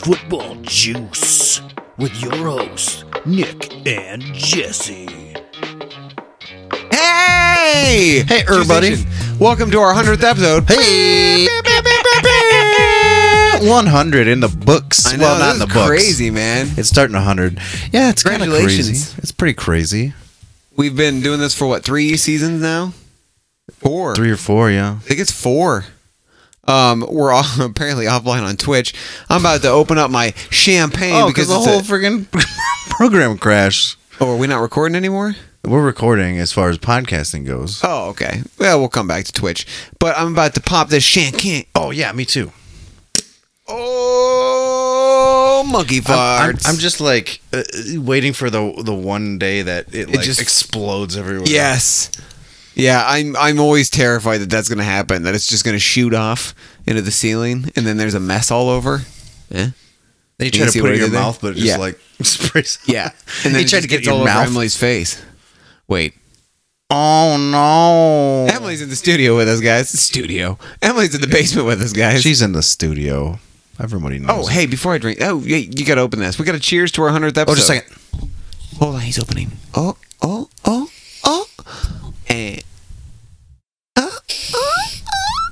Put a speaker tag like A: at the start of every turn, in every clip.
A: Football Juice with your hosts, Nick and Jesse.
B: Hey!
A: Hey, everybody.
B: Welcome to our 100th episode.
A: Hey! 100 in the books.
B: I know,
A: well,
B: this
A: not in
B: is
A: the books.
B: crazy, man.
A: It's starting 100. Yeah, it's kind of
B: Congratulations.
A: crazy. It's pretty crazy.
B: We've been doing this for what, three seasons now? Four.
A: Three or four, yeah.
B: I think it's four. Um, we're all apparently offline on Twitch. I'm about to open up my champagne
A: Oh, because
B: because
A: the
B: it's
A: whole
B: a-
A: friggin' program crashed.
B: oh, are we not recording anymore?
A: We're recording as far as podcasting goes.
B: Oh, okay. Well, we'll come back to Twitch. But I'm about to pop this champagne.
A: Oh, yeah, me too.
B: Oh, monkey farts!
A: Uh, I'm, I'm- I'm just like uh, uh, waiting for the the one day that it, like,
B: just-
A: explodes everywhere.
B: Yes. Yeah, I'm I'm always terrified that that's going to happen. That it's just going to shoot off into the ceiling, and then there's a mess all over. Yeah.
A: Then you try
B: You
A: to
B: see
A: put
B: what
A: it
B: I
A: in your
B: did there?
A: mouth, but it just
B: Yeah.
A: like sprays.
B: Yeah. And
A: and
B: then
A: they
B: it
A: try
B: just
A: to get
B: gets
A: it in
B: all
A: your
B: over
A: mouth.
B: Emily's face. Wait,
A: Oh no!
B: Emily's in the studio with us, guys. Studio. Emily's in the basement with us, guys.
A: she's in the studio. Everybody knows.
B: oh, hey, before I drink, oh, yeah, you got to open this. We got to cheers to our hundredth episode.
A: Oh, just a second.
B: Hold on, he's opening. Oh, oh, oh, oh. And, oh, oh, oh.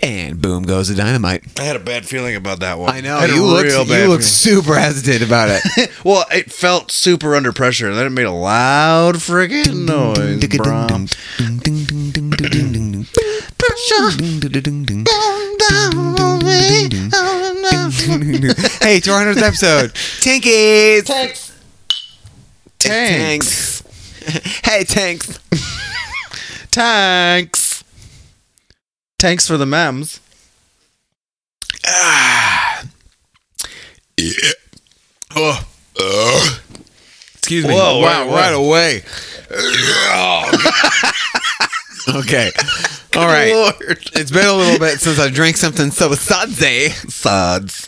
B: and boom goes the dynamite.
A: I had a bad feeling about that one.
B: I know
A: had a
B: you look
A: real bad
B: you look super hesitant about it.
A: feeling. well, it felt super under pressure, and then it made a loud friggin' noise. Brom. oh,
B: hey, to our hundredth episode, Tankies. Tanks.
A: Tanks.
B: Tanks. hey, tanks.
A: Tanks. Tanks for the mems.
B: Oh. Excuse me.
A: Whoa,
B: wow,
A: whoa,
B: Oh, right
A: whoa.
B: away. okay. All right.
A: Lord.
B: It's been a little bit since I drank something so sudsy.
A: Suds.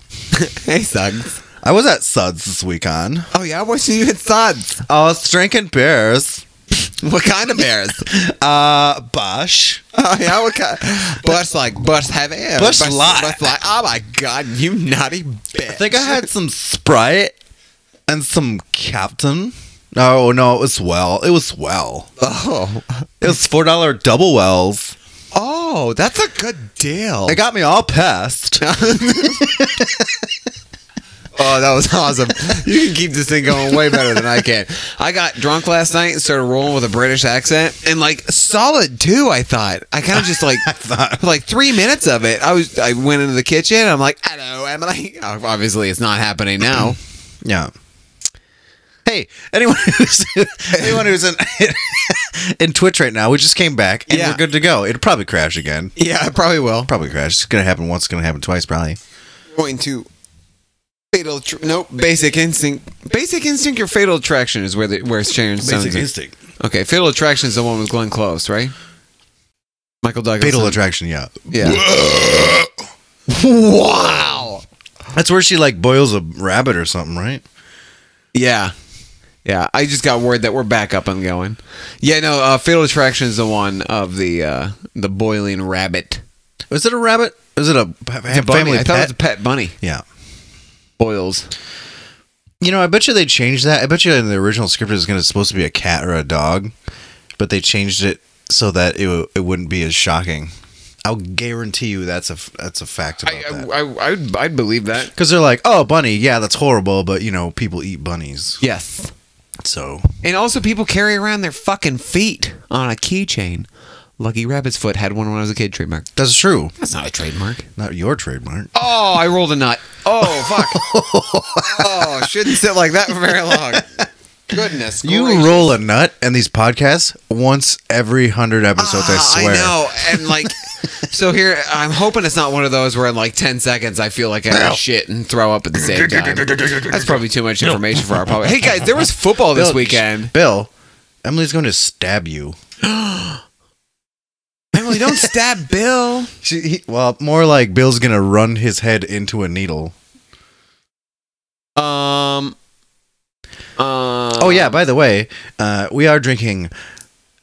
B: hey, Suds.
A: I was at Suds this weekend.
B: Oh, yeah, I watched you at Suds.
A: I was drinking beers.
B: What kind of bears?
A: Uh, Bosch.
B: oh, yeah, what kind? Bush like, bush have air.
A: Bush light.
B: Bush like, oh my god, you naughty bitch.
A: I think I had some Sprite and some Captain. Oh no, it was well. It was well.
B: Oh.
A: It was four dollar double wells.
B: Oh, that's a good deal.
A: It got me all pissed.
B: Oh, that was awesome. You can keep this thing going way better than I can. I got drunk last night and started rolling with a British accent and like solid too, I thought. I kind of just like
A: thought-
B: for like three minutes of it. I was I went into the kitchen, I'm like, hello, Emily. Obviously it's not happening now.
A: Yeah. Hey, anyone who's anyone who's in in Twitch right now, we just came back and
B: Yeah.
A: we're good to go. It'll probably crash again.
B: yeah, I probably will.
A: Probably crash. It's gonna happen once. It's gonna happen twice. Probably.
B: Going to Fatal tr- Nope. Basic instinct. Basic instinct or fatal attraction is where the where Sharon Stone's.
A: instinct.
B: Okay, fatal attraction is the one with Glenn Close, right? Michael Douglas.
A: Fatal attraction. Yeah.
B: Yeah. wow.
A: That's where she like boils a rabbit or something, right?
B: Yeah. Yeah. I just got word that we're back up and going. Yeah, no, uh, Fatal Attraction is the one of the uh, the boiling rabbit.
A: Is it a rabbit? Is it a,
B: Bunny.
A: family
B: I
A: pet?
B: thought it was a pet bunny.
A: yeah.
B: Boils.
A: You know, I bet you they changed that. I bet you in the original script it was going to supposed to be a cat or a dog, but they changed it so that it w- it wouldn't be as shocking. I'll guarantee you that's a f- that's a fact about
B: I,
A: that.
B: I, I, I'd, I'd believe that.
A: Because they're like, oh, bunny, yeah, that's horrible, but you know, people eat bunnies,
B: Yes.
A: so
B: And also, people carry around their fucking feet on a keychain. Lucky Rabbit's Foot had one when I was a kid trademark.
A: that's true.
B: That's not a trademark.
A: Not your trademark.
B: Oh, I rolled a nut. Oh, fuck. oh, shouldn't sit like that for very long. Goodness.
A: You
B: gracious.
A: roll a nut in these podcasts once every hundred episodes. I
B: Ah,
A: swear.
B: I know. And like, so here, I'm hoping it's not one of those where in like 10 seconds I feel like I have shit and throw up at the same time. That's probably too much information for our public. Hey guys, there was football this
A: Bill,
B: weekend.
A: Bill, Emily's going to stab you.
B: Emily, don't stab Bill.
A: She, he, well, more like Bill's gonna run his head into a needle.
B: Um. Uh,
A: oh yeah, by the way, uh, we are drinking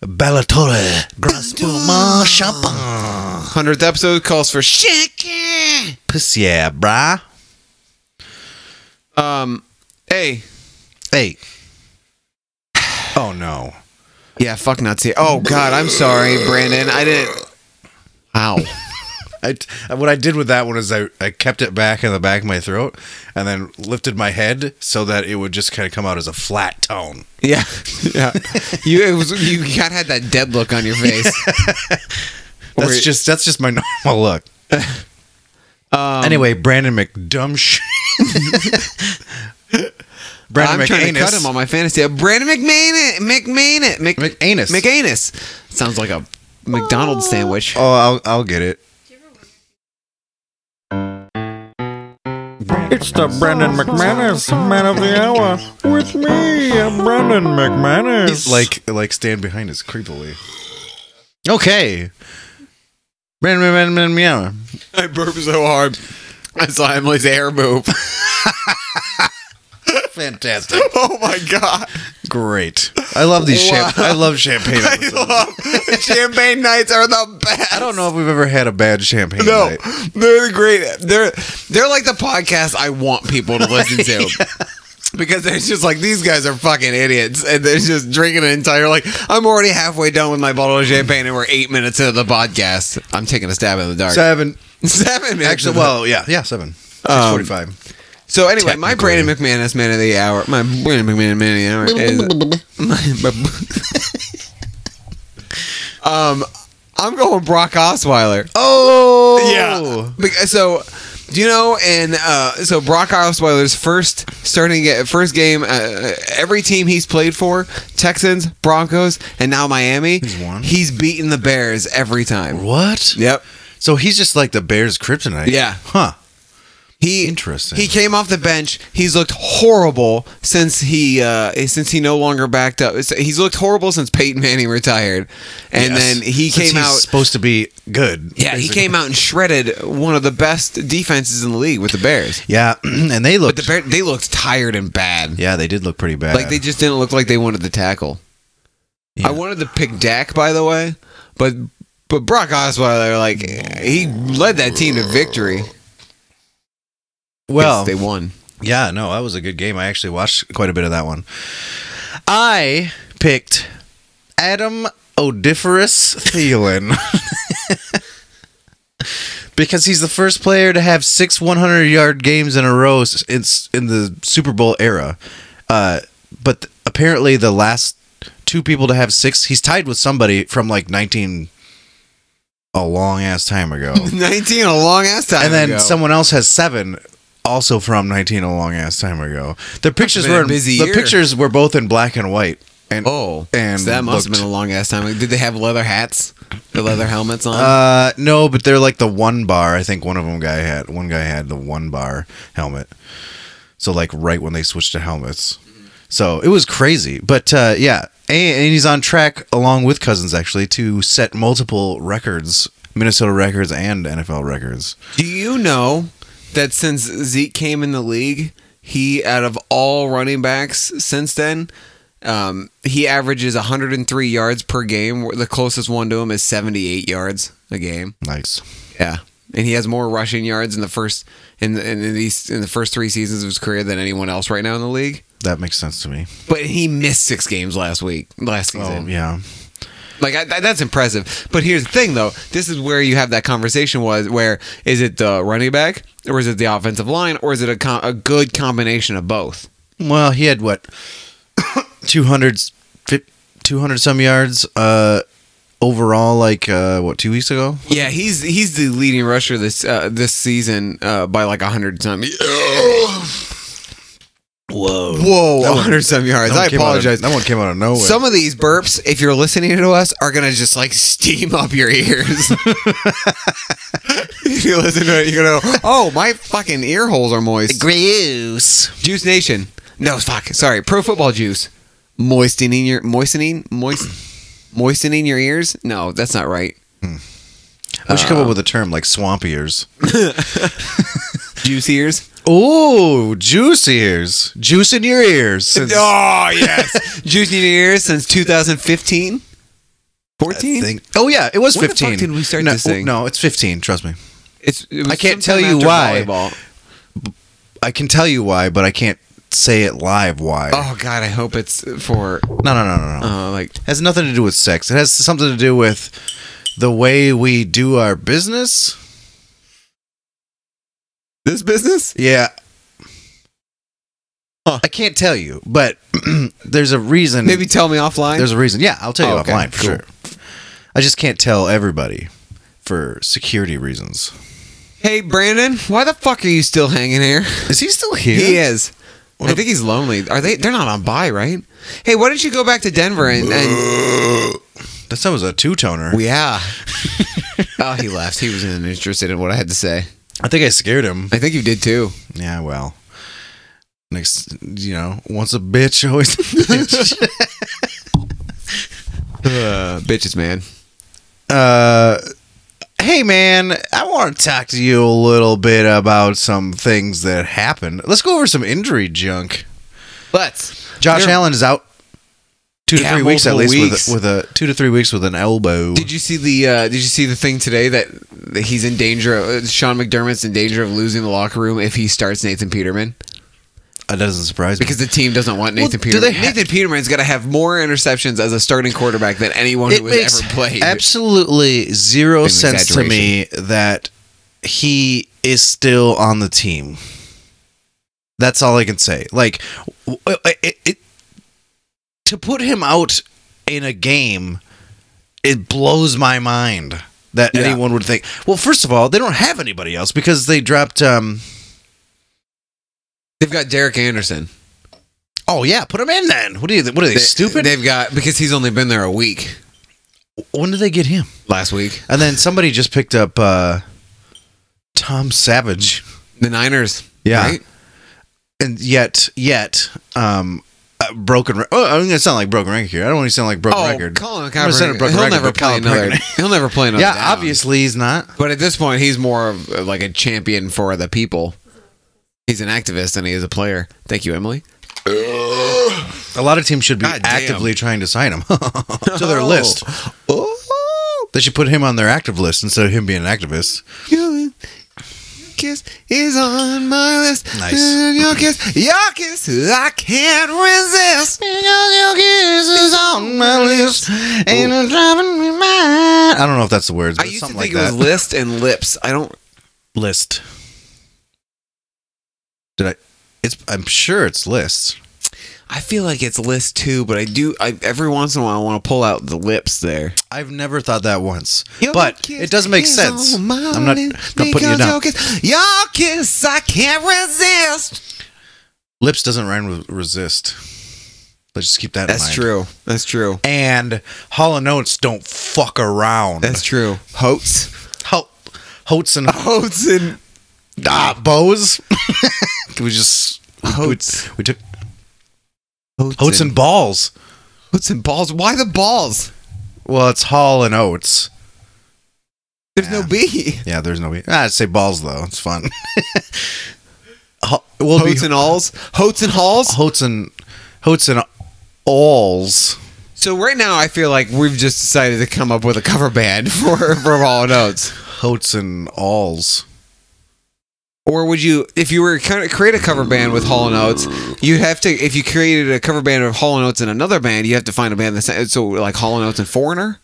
A: Ballatore Gras Spuma Champagne.
B: 100th episode calls for shit.
A: Puss yeah, brah.
B: Um, hey,
A: Hey. Oh no.
B: yeah, fuck Nazi. Oh God, I'm sorry, Brandon. I didn't. Ow.
A: I t- what I did with that one is I, I kept it back in the back of my throat and then lifted my head so that it would just kind of come out as a flat tone.
B: Yeah, yeah. You it was you kind of had that dead look on your face.
A: That's
B: Or-
A: just that's just my normal look.
B: Um,
A: anyway, Brandon McDumb. sh-
B: I'm
A: Brandon
B: trying to cut him
A: McAnus.
B: on my fantasy. Uh, Brandon McManus, McManus, Mc,
A: McAnus.
B: McAnus. Sounds like a McDonald's sandwich.
A: oh, I'll I'll get it.
C: It's the Brendan McManus Man of the Hour with me, Brendan McManus.
A: Like like stand behind us creepily. Okay. Brandon Brandon, Brandon
B: I burped so hard. I saw Emily's hair move.
A: Fantastic.
B: oh my god!
A: Great. I love these
B: Wow.
A: champ- I love champagne. episodes.
B: love champagne nights are the best.
A: I don't know if we've ever had a bad champagne
B: No,
A: night.
B: they're the great. They're they're like the podcast I want people to listen to. Because they're just like these guys are fucking idiots, and they're just drinking an entire like. I'm already halfway done with my bottle of champagne, and we're eight minutes into the podcast. I'm taking a stab in the dark.
A: Seven.
B: Seven minutes.
A: Actually,
B: into the-
A: well, yeah, yeah, seven.
B: Um,
A: Six forty-five.
B: So anyway, my Brandon McManus man of the hour. My Brandon McManus man of the hour is. um, I'm going Brock Osweiler.
A: Oh,
B: Bec- So, do you know? And uh, so Brock Osweiler's first starting first game. Uh, every team he's played for: Texans, Broncos, and now Miami. He's
A: won.
B: He's beaten the Bears every time.
A: What?
B: Yep.
A: So he's just like the Bears' kryptonite.
B: Yeah.
A: Huh.
B: He
A: Interesting.
B: He came off the bench. He's looked horrible since he uh, since he no longer backed up. He's looked horrible since Peyton Manning retired, and
A: Yes.
B: then he
A: Since
B: came
A: he's
B: out.
A: supposed to be good.
B: Yeah, he
A: Basically.
B: came out and shredded one of the best defenses in the league with the Bears.
A: Yeah, and they
B: But
A: looked.
B: the Bear, they looked tired and bad.
A: yeah, they did look pretty bad.
B: Like they just didn't look like they wanted to tackle.
A: Yeah.
B: I wanted to pick Dak, by the way, but but Brock Osweiler, like he led that team to victory. 'cause
A: well,
B: they won.
A: yeah, no, that was a good game. I actually watched quite a bit of that one. I picked Adam Odiferous Thielen. Because he's the first player to have six 100 yard games in a row s- in, s- in the Super Bowl era. Uh, but th- apparently, the last two people to have six, he's tied with somebody from like 19, a long ass time ago.
B: Nineteen, a long ass time.
A: and then
B: ago.
A: someone else has seven, also from 19, a long ass time ago. The pictures
B: been a
A: were in,
B: busy
A: the
B: year.
A: pictures were both in black and white. And
B: Oh,
A: and
B: so that must have
A: looked-
B: been a long ass time. Like, Did they have leather hats? The leather helmets on?
A: Uh, no, but they're like the one bar. I think one of them guy had one guy had the one bar helmet. So like right when they switched to helmets, so it was crazy. But uh, yeah, and, and he's on track along with Cousins actually to set multiple records, Minnesota records and NFL records.
B: Do you know that since Zeke came in the league, he out of all running backs since then, um, he averages 103 yards per game. The closest one to him is 78 yards a game.
A: Nice.
B: Yeah, and he has more rushing yards in the first in in, in these in the first three seasons of his career than anyone else right now in the league.
A: That makes sense to me.
B: But he missed six games last week, last season.
A: Oh yeah.
B: Like I, that- that's impressive. But here's the thing, though. This is where you have that conversation. Was where is it the running back, or is it the offensive line, or is it a com- a good combination of both?
A: Well, he had what 200, 200 some yards uh, overall. Like uh, what two weeks ago?
B: Yeah, he's he's the leading rusher this uh, this season uh, by like hundred some.
A: Whoa.
B: Whoa,
A: That one-
B: hundred some yards.
A: That
B: I
A: one came out of-
B: apologize.
A: that one came out of nowhere.
B: Some of these burps, if you're listening to us, are gonna just like steam up your ears. if you listen to it, you're gonna go, "Oh, my fucking ear holes are moist."
A: Gross.
B: Juice Nation. No, fuck. Sorry. Pro Football Juice. Moistening your moistening moist moistening your ears? No, that's not right.
A: We should come up with a term like swamp ears.
B: Juice ears.
A: Oh, juice ears. Juice in your ears. Since Ah,
B: Oh yes, juicing your ears since 2015. 14.
A: thing- Oh yeah, it was
B: When the fuck
A: fifteen.
B: did we start
A: no,
B: this thing?
A: No, it's fifteen. Trust me.
B: It's. it was
A: I can't
B: sometime
A: tell you
B: after
A: why.
B: volleyball.
A: I can tell you why, but I can't say it live why.
B: Oh God, I hope it's for
A: No, no, no, no, no.
B: uh, like
A: has nothing to do with sex. It has something to do with the way we do our business.
B: this business.
A: Yeah. I can't tell you, but there's a reason.
B: Maybe tell me offline.
A: there's a reason. Yeah, I'll tell you
B: Oh, okay.
A: offline for
B: Cool.
A: sure. I just can't tell everybody for security reasons.
B: hey Brandon, why the fuck are you still hanging here?
A: Is he still here?
B: He is. I think he's lonely. Are they? They're not on buy, right? Hey, why don't you go back to Denver and, and
A: That sounds a two toner.
B: yeah? oh, he left. He wasn't interested in what I had to say.
A: I think I scared him.
B: I think you did too.
A: Yeah, well. Next, you know, once a bitch, always a bitch.
B: Uh, bitches, man.
A: uh, hey, man, I want to talk to you a little bit about some things that happened. Let's go over some injury junk.
B: Let's.
A: Josh
B: There-
A: Allen is out two to
B: Yeah,
A: three weeks at least
B: multiple
A: with-
B: weeks.
A: With, a two to three weeks with an elbow.
B: Did you see the uh, Did you see the thing today that, that he's in danger? Of, uh, Sean McDermott's in danger of losing the locker room if he starts Nathan Peterman
A: that doesn't surprise me
B: because the team doesn't want Nathan
A: Well, do
B: Peterman.
A: they ha-
B: Nathan Peterman's got to have more interceptions as a starting quarterback than anyone who has ever played.
A: absolutely zero
B: An
A: sense to me that he is still on the team. That's all I can say. Like, w- it, it, it- to put him out in a game, it blows my mind that
B: Yeah.
A: anyone would think. Well, first of all, they don't have anybody else because they dropped. um
B: They've got Derek Anderson.
A: Oh yeah, put him in then. What are you? What are they,
B: They-
A: stupid?
B: They've got because he's only been there a week
A: when did they get him?
B: last week.
A: And then somebody just picked up uh Tom Savage.
B: The Niners.
A: Yeah.
B: Right?
A: and yet yet um uh, broken re- oh, i'm gonna sound like broken record here i don't want to sound like broken
B: Oh,
A: record
B: Colin
A: I'm gonna sound
B: Kaepernick.
A: like broken
B: He'll
A: record,
B: never
A: but
B: play
A: Colin
B: another.
A: Kaepernick-
B: He'll never play another.
A: yeah
B: down.
A: obviously he's not
B: But at this point, he's more of uh, like a champion for the people. He's an activist than he is a player. Thank you, Emily.
A: a lot of teams should be
B: God damn.
A: actively trying to sign him to their
B: Oh.
A: list
B: Oh,
A: they should put him on their active list instead of him being an activist
B: your kiss is on my list.
A: Nice.
B: And Your kiss, your kiss, I can't resist.
A: i don't know if that's the words
B: I
A: but
B: used to
A: something
B: think
A: like
B: it was
A: that
B: list and lips. I don't.
A: list did i it's i'm sure it's list
B: I feel like it's list too, but I do. I every once in a while I want to pull out the lips there.
A: I've never thought that once,
B: Your
A: but
B: kiss
A: it does make
B: is
A: sense.
B: on
A: I'm
B: my
A: not, not
B: list
A: putting you
B: because
A: down.
B: Your kiss, your kiss, I can't resist.
A: Lips doesn't rhyme with resist. Let's just keep that.
B: That's
A: in mind.
B: true. That's true.
A: And Hall and Oates don't fuck around.
B: That's true. Hoats.
A: Ho- Hoates and
B: Hoats and
A: ah, bows. we just
B: Hoats.
A: we took Hoates and balls.
B: Hoats and balls. Why the balls?
A: Well, it's Hall and Oates.
B: There's no B.
A: Yeah, there's no. Ah, I'd say balls though. It's fun. Ho- we'll
B: Hoats
A: be
B: and alls. Hoats and halls.
A: Hoates and Hoates and alls.
B: So right now I feel like we've just decided to come up with a cover band for for all notes.
A: Hoates and alls.
B: Or would you, if you were kind of create a cover band with Hall and Oates, you'd have to. If you created a cover band of Hall and Oates and another band, you have to find a band that's so like Hall and Oates and Foreigner,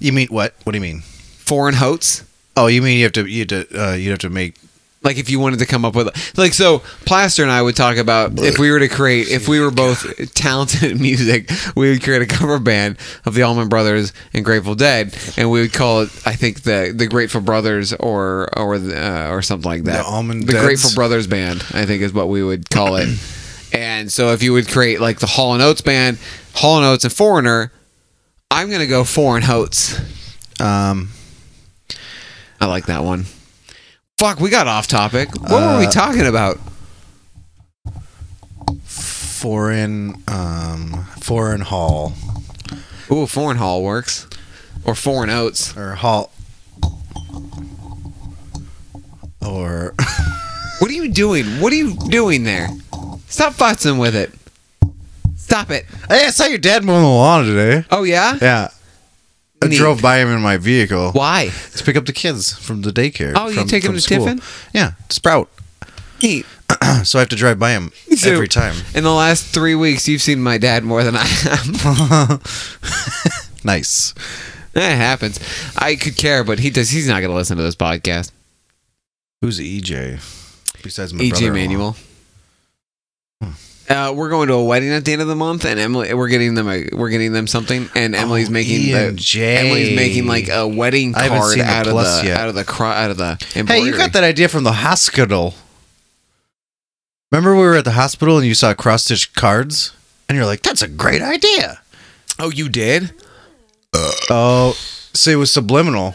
A: You mean what? What do you mean?
B: Foreign Hoates.
A: Oh, you mean you have to you have to uh, you have to make
B: Like if you wanted to come up with like so, Plaster and I would talk about if we were to create if we were both talented in music, we would create a cover band of the Allman Brothers and Grateful Dead, and we would call it I think the the Grateful Brothers or or the, uh, or something like that.
A: The Allman
B: the
A: Deads?
B: Grateful Brothers band I think is what we would call it. and so if you would create like the Hall and Oates band, Hall and Oates and Foreigner, I'm gonna go Foreign Oates.
A: um
B: I like that one. Fuck, we got off topic. What were
A: Uh,
B: we talking about?
A: foreign um foreign hall
B: Ooh, foreign hall works. Or foreign oats.
A: or hall or
B: What are you doing? What are you doing there? Stop futzing with it. Stop it.
A: hey, I saw your dad mowing the lawn today.
B: Oh yeah?
A: Yeah, I
B: Neat.
A: drove by him in my vehicle
B: Why?
A: to pick up the kids from the daycare.
B: Oh, you
A: from-
B: take 'em
A: from
B: to
A: school.
B: Tiffin?
A: Yeah, Sprout.
B: Neat.
A: so I have to drive by him
B: So,
A: every time.
B: In the last three weeks, you've seen my dad more than I have.
A: Nice.
B: that happens. I could care, but he does. He's not going to listen to this podcast.
A: Who's EJ? Besides my
B: E.G.
A: brother.
B: E Manuel. Uh, we're going to a wedding at the end of the month, and Emily, we're getting them a, we're getting them something, and
A: Oh,
B: Emily's making the,
A: E&J.
B: Emily's making like a wedding
A: E I haven't
B: card
A: seen the
B: out of,
A: plus
B: the,
A: yet.
B: out of the cro- out of the
A: Hey, you got that idea from the hospital. Remember we were at the hospital and you saw cross stitch cards? And you're like, that's a great idea.
B: Oh, you did?
A: Oh, so it was subliminal.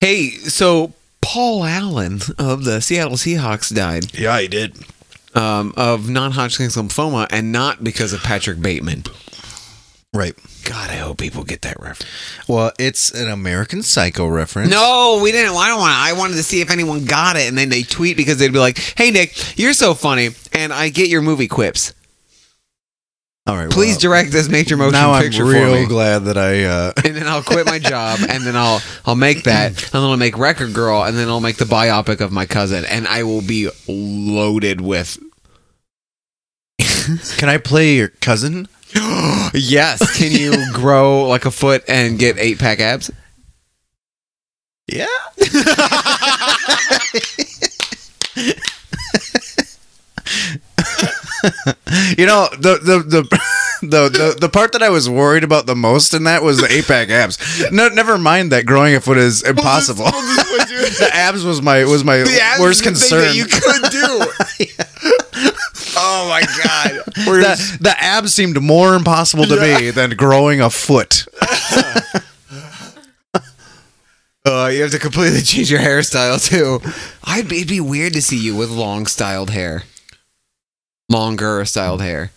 B: Hey, so Paul Allen of the Seattle Seahawks died
A: Yeah, he did.
B: um, of non-Hodgkin's lymphoma, and not because of Patrick Bateman.
A: Right.
B: God, I hope people get that reference.
A: Well, it's an American Psycho reference.
B: No, we didn't. I don't want. I wanted to see if anyone got it, and then they tweet because they'd be like, "Hey, Nick, you're so funny, and I get your movie quips.
A: All right.
B: Please
A: well,
B: direct this major motion
A: now I'm
B: picture
A: real
B: for me."
A: glad that I. Uh,
B: and then I'll quit my job, and then I'll I'll make that, and then I'll make Record Girl, and then I'll make the biopic of my cousin, and I will be loaded with
A: can I play your cousin?
B: yes. Can you grow like a foot and get eight pack abs?
A: Yeah. you know the the the. The, the the part that I was worried about the most in that was the eight pack abs. No, never mind that growing a foot is impossible. the abs was my was my worst concern.
B: could do. Oh my god! We're just-
A: the, the abs seemed more impossible to me than growing a foot.
B: Uh, you have to completely change your hairstyle too. I'd be, it'd be weird to see you with long styled hair, longer styled hair.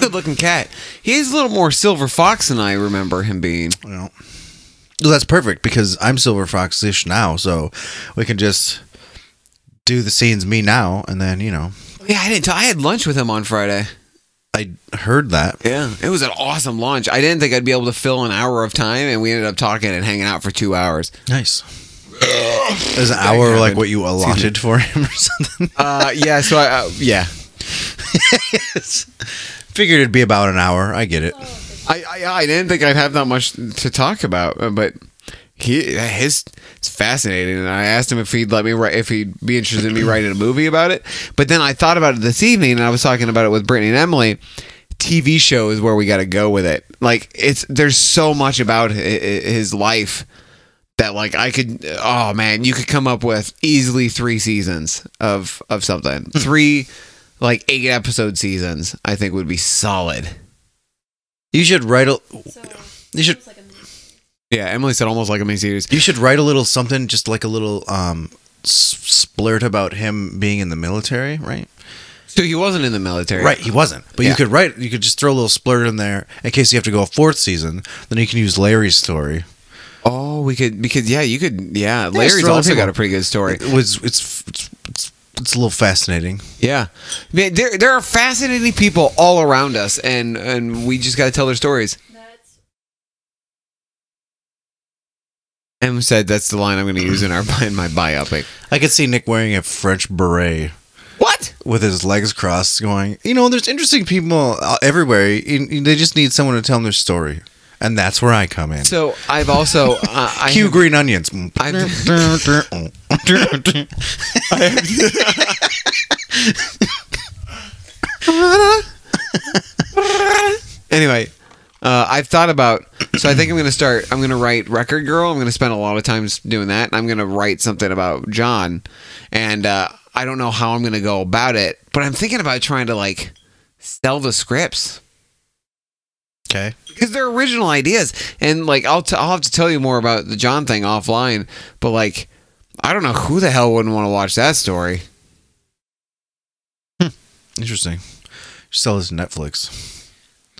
B: Good looking cat. He is a little more silver fox than I remember him being.
A: Well, that's perfect because I'm Silver Fox ish now, so we can just do the scenes me now, and then you know
B: Yeah, I didn't. T- I had lunch with him on Friday.
A: I heard that.
B: Yeah, it was an awesome lunch. I didn't think I'd be able to fill an hour of time, and we ended up talking and hanging out for two hours.
A: Nice. There's an hour like
B: happened.
A: what you allotted for him or something.
B: Uh, yeah. So I uh, yeah.
A: Figured it'd be about an hour. I get it.
B: I, I I didn't think I'd have that much to talk about, uh, but he his it's fascinating. And I asked him if he'd let me write, if he'd be interested in me writing a movie about it. But then I thought about it this evening, and I was talking about it with Brittany and Emily. TV show is where we got to go with it. Like it's there's so much about hi- hi- his life that like I could oh man, you could come up with easily 3 seasons of of something. 3 like 8 episode seasons I think would be solid.
A: You should write a you should
B: Yeah, Emily said almost like a miniseries.
A: you should write a little something, just like a little um s- splurt about him being in the military, right?
B: So he wasn't in the military.
A: Right, he wasn't. But
B: Yeah.
A: you could write, you could just throw a little splurt in there in case you have to go a fourth season. Then you can use Larry's story.
B: Oh, we could because yeah, you could yeah. Larry's
A: throw
B: also
A: people.
B: got a pretty good story.
A: It was it's it's it's, it's a little fascinating.
B: Yeah, man, there there are fascinating people all around us, and and we just got to tell their stories.
D: That's
B: Em said that's the line I'm going to use in our in my biopic.
A: I could see Nick wearing a French beret
B: What?
A: with his legs crossed, going, you know, there's interesting people uh, everywhere. You- you- They just need someone to tell them their story, and that's where I come in.
B: So I've also uh, I
A: Cue green onions.
B: I've, anyway, uh, I've thought about. So I think I'm going to start. I'm going to write Record Girl. I'm going to spend a lot of time s- doing that. And I'm going to write something about John, and uh, I don't know how I'm going to go about it. But I'm thinking about trying to like sell the scripts
A: Okay.
B: because they're original ideas. And like I'll t- I'll have to tell you more about the John thing offline. But like I don't know who the hell wouldn't want to watch that story.
A: Interesting. Sell this to Netflix.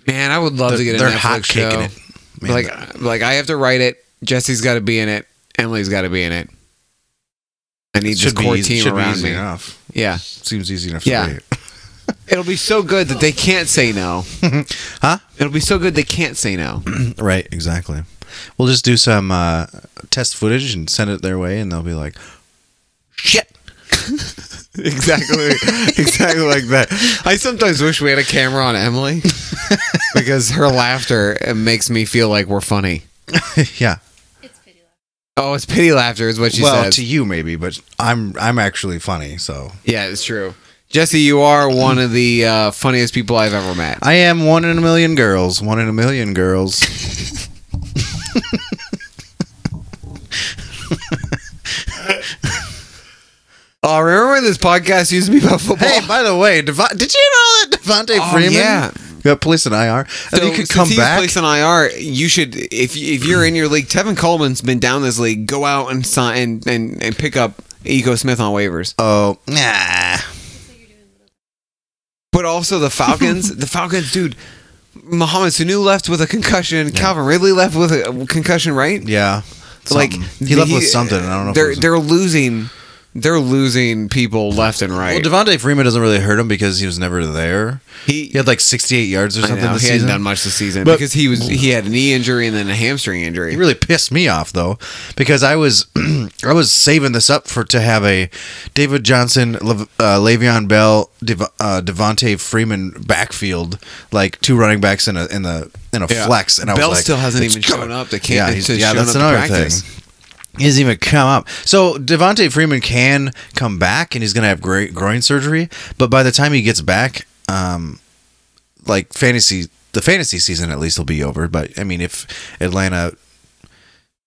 B: Man, I would love to get a
A: they're
B: Netflix
A: hot
B: show.
A: kicking it. Man,
B: like like I have to write it. Jesse's got to be in it. Emily's got to be in it. I need this
A: should be
B: core
A: easy-
B: team
A: should be
B: around
A: easy
B: me.
A: enough.
B: Yeah,
A: Seems easy enough
B: Yeah.
A: to read.
B: it'll be so good that they can't say no.
A: Huh?
B: It'll be so good they can't say no.
A: Right, exactly. we'll just do some uh, test footage and send it their way, and they'll be like, "Shit."
B: Exactly, exactly like that. I sometimes wish we had a camera on Emily because her laughter it makes me feel like we're funny.
A: yeah.
D: It's pity left.
B: Oh, it's pity laughter, is what she
A: well,
B: says.
A: to you maybe, but I'm I'm actually funny, so
B: yeah, it's true. Jesse, you are one of the uh, funniest people I've ever met.
A: I am one in a million girls. One in a million girls.
B: Oh, remember when this podcast used to be about football?
A: Hey, by the way, Devon, did you know that Devontae
B: Oh,
A: Freeman
B: yeah.
A: got placed in IR? And he could
B: since
A: come
B: he's
A: back.
B: Placed on IR. You should, if if you're in your league, Tevin Coleman's been down this league. Go out and sign and and, and pick up Eco Smith on waivers.
A: oh, nah.
D: That's what you're doing. Little.
B: But also the Falcons. the Falcons, dude. Mohamed Sanu left with a concussion. Calvin Ridley left with a concussion. Right?
A: Yeah.
B: Like
A: Something. he left with
B: he-
A: something. I don't know. if it
B: They're
A: was-
B: they're losing. They're losing people left and right.
A: Well, Devontae Freeman doesn't really hurt him because he was never there.
B: he,
A: He had like 68 yards or
B: I know,
A: something this
B: he
A: season.
B: hadn't done much this season
A: But-
B: because he was he had a knee injury and then a hamstring injury.
A: It really pissed me off though, because I was I was saving this up for to have a David Johnson, Le- uh, Le'Veon Bell, Dev- uh, Devontae Freeman backfield, like two running backs in a in the in a
B: Yeah.
A: flex, and I
B: Bell
A: was like,
B: still hasn't
A: "It's
B: even
A: coming."
B: shown up to camp-
A: Yeah,
B: to
A: he's-
B: shown
A: yeah, that's
B: up to
A: another
B: practice.
A: thing. He doesn't even come up. So Devontae Freeman can come back, and he's going to have great groin surgery. But by the time he gets back, um, like fantasy, the fantasy season at least will be over. But I mean, if Atlanta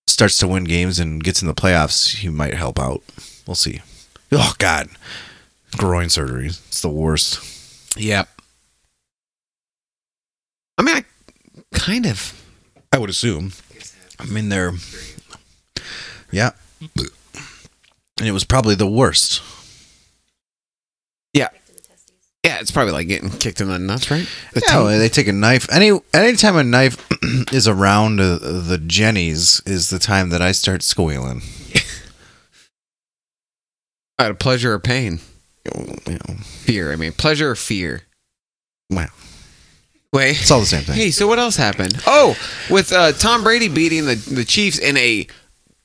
A: starts to win games and gets in the playoffs, he might help out. We'll see. Oh God, groin surgery. It's the worst.
B: Yep. I mean, I kind of.
A: I would assume. I mean, they're yeah, and it was probably the worst.
D: Back to the testes.
B: Yeah, it's probably like getting kicked in the nuts, right? The
A: yeah,
B: toe.
A: well, they take a knife. Any anytime a knife is around uh, the jennies is the time that I start squealing.
B: Out of pleasure or pain,
A: You know,
B: fear. I mean, pleasure or fear.
A: Wow.
B: Wait.
A: it's all the same thing.
B: Hey, so what else happened? Oh, with uh, Tom Brady beating the the Chiefs in a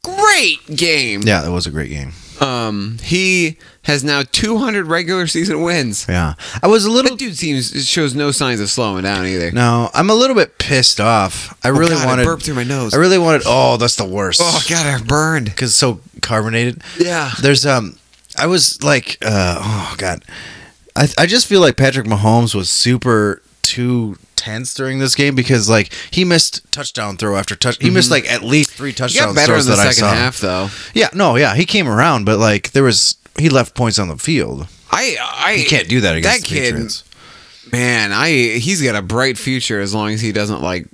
B: great game.
A: Yeah, that was a great game.
B: Um, he has now 200 regular season wins.
A: Yeah, I was a
B: That
A: little.
B: dude seems shows no signs of slowing down either.
A: No, I'm a little bit pissed off. I really
B: Oh God, I
A: wanted.
B: burped through my nose.
A: I really wanted. Oh, that's the worst.
B: Oh God, I burned.
A: because so carbonated.
B: Yeah.
A: There's um, I was like, uh, oh god, I I just feel like Patrick Mahomes was super too tense during this game because like he missed touchdown throw after touch. He missed like at least three
B: Mm-hmm. He got
A: touchdown
B: better in
A: throws
B: the
A: that I
B: second
A: saw.
B: half though.
A: Yeah, no, yeah, he came around, but like there was he left points on the field.
B: I I
A: He can't do that against
B: that
A: the
B: kid.
A: Patriots.
B: Man, I he's got a bright future as long as he doesn't like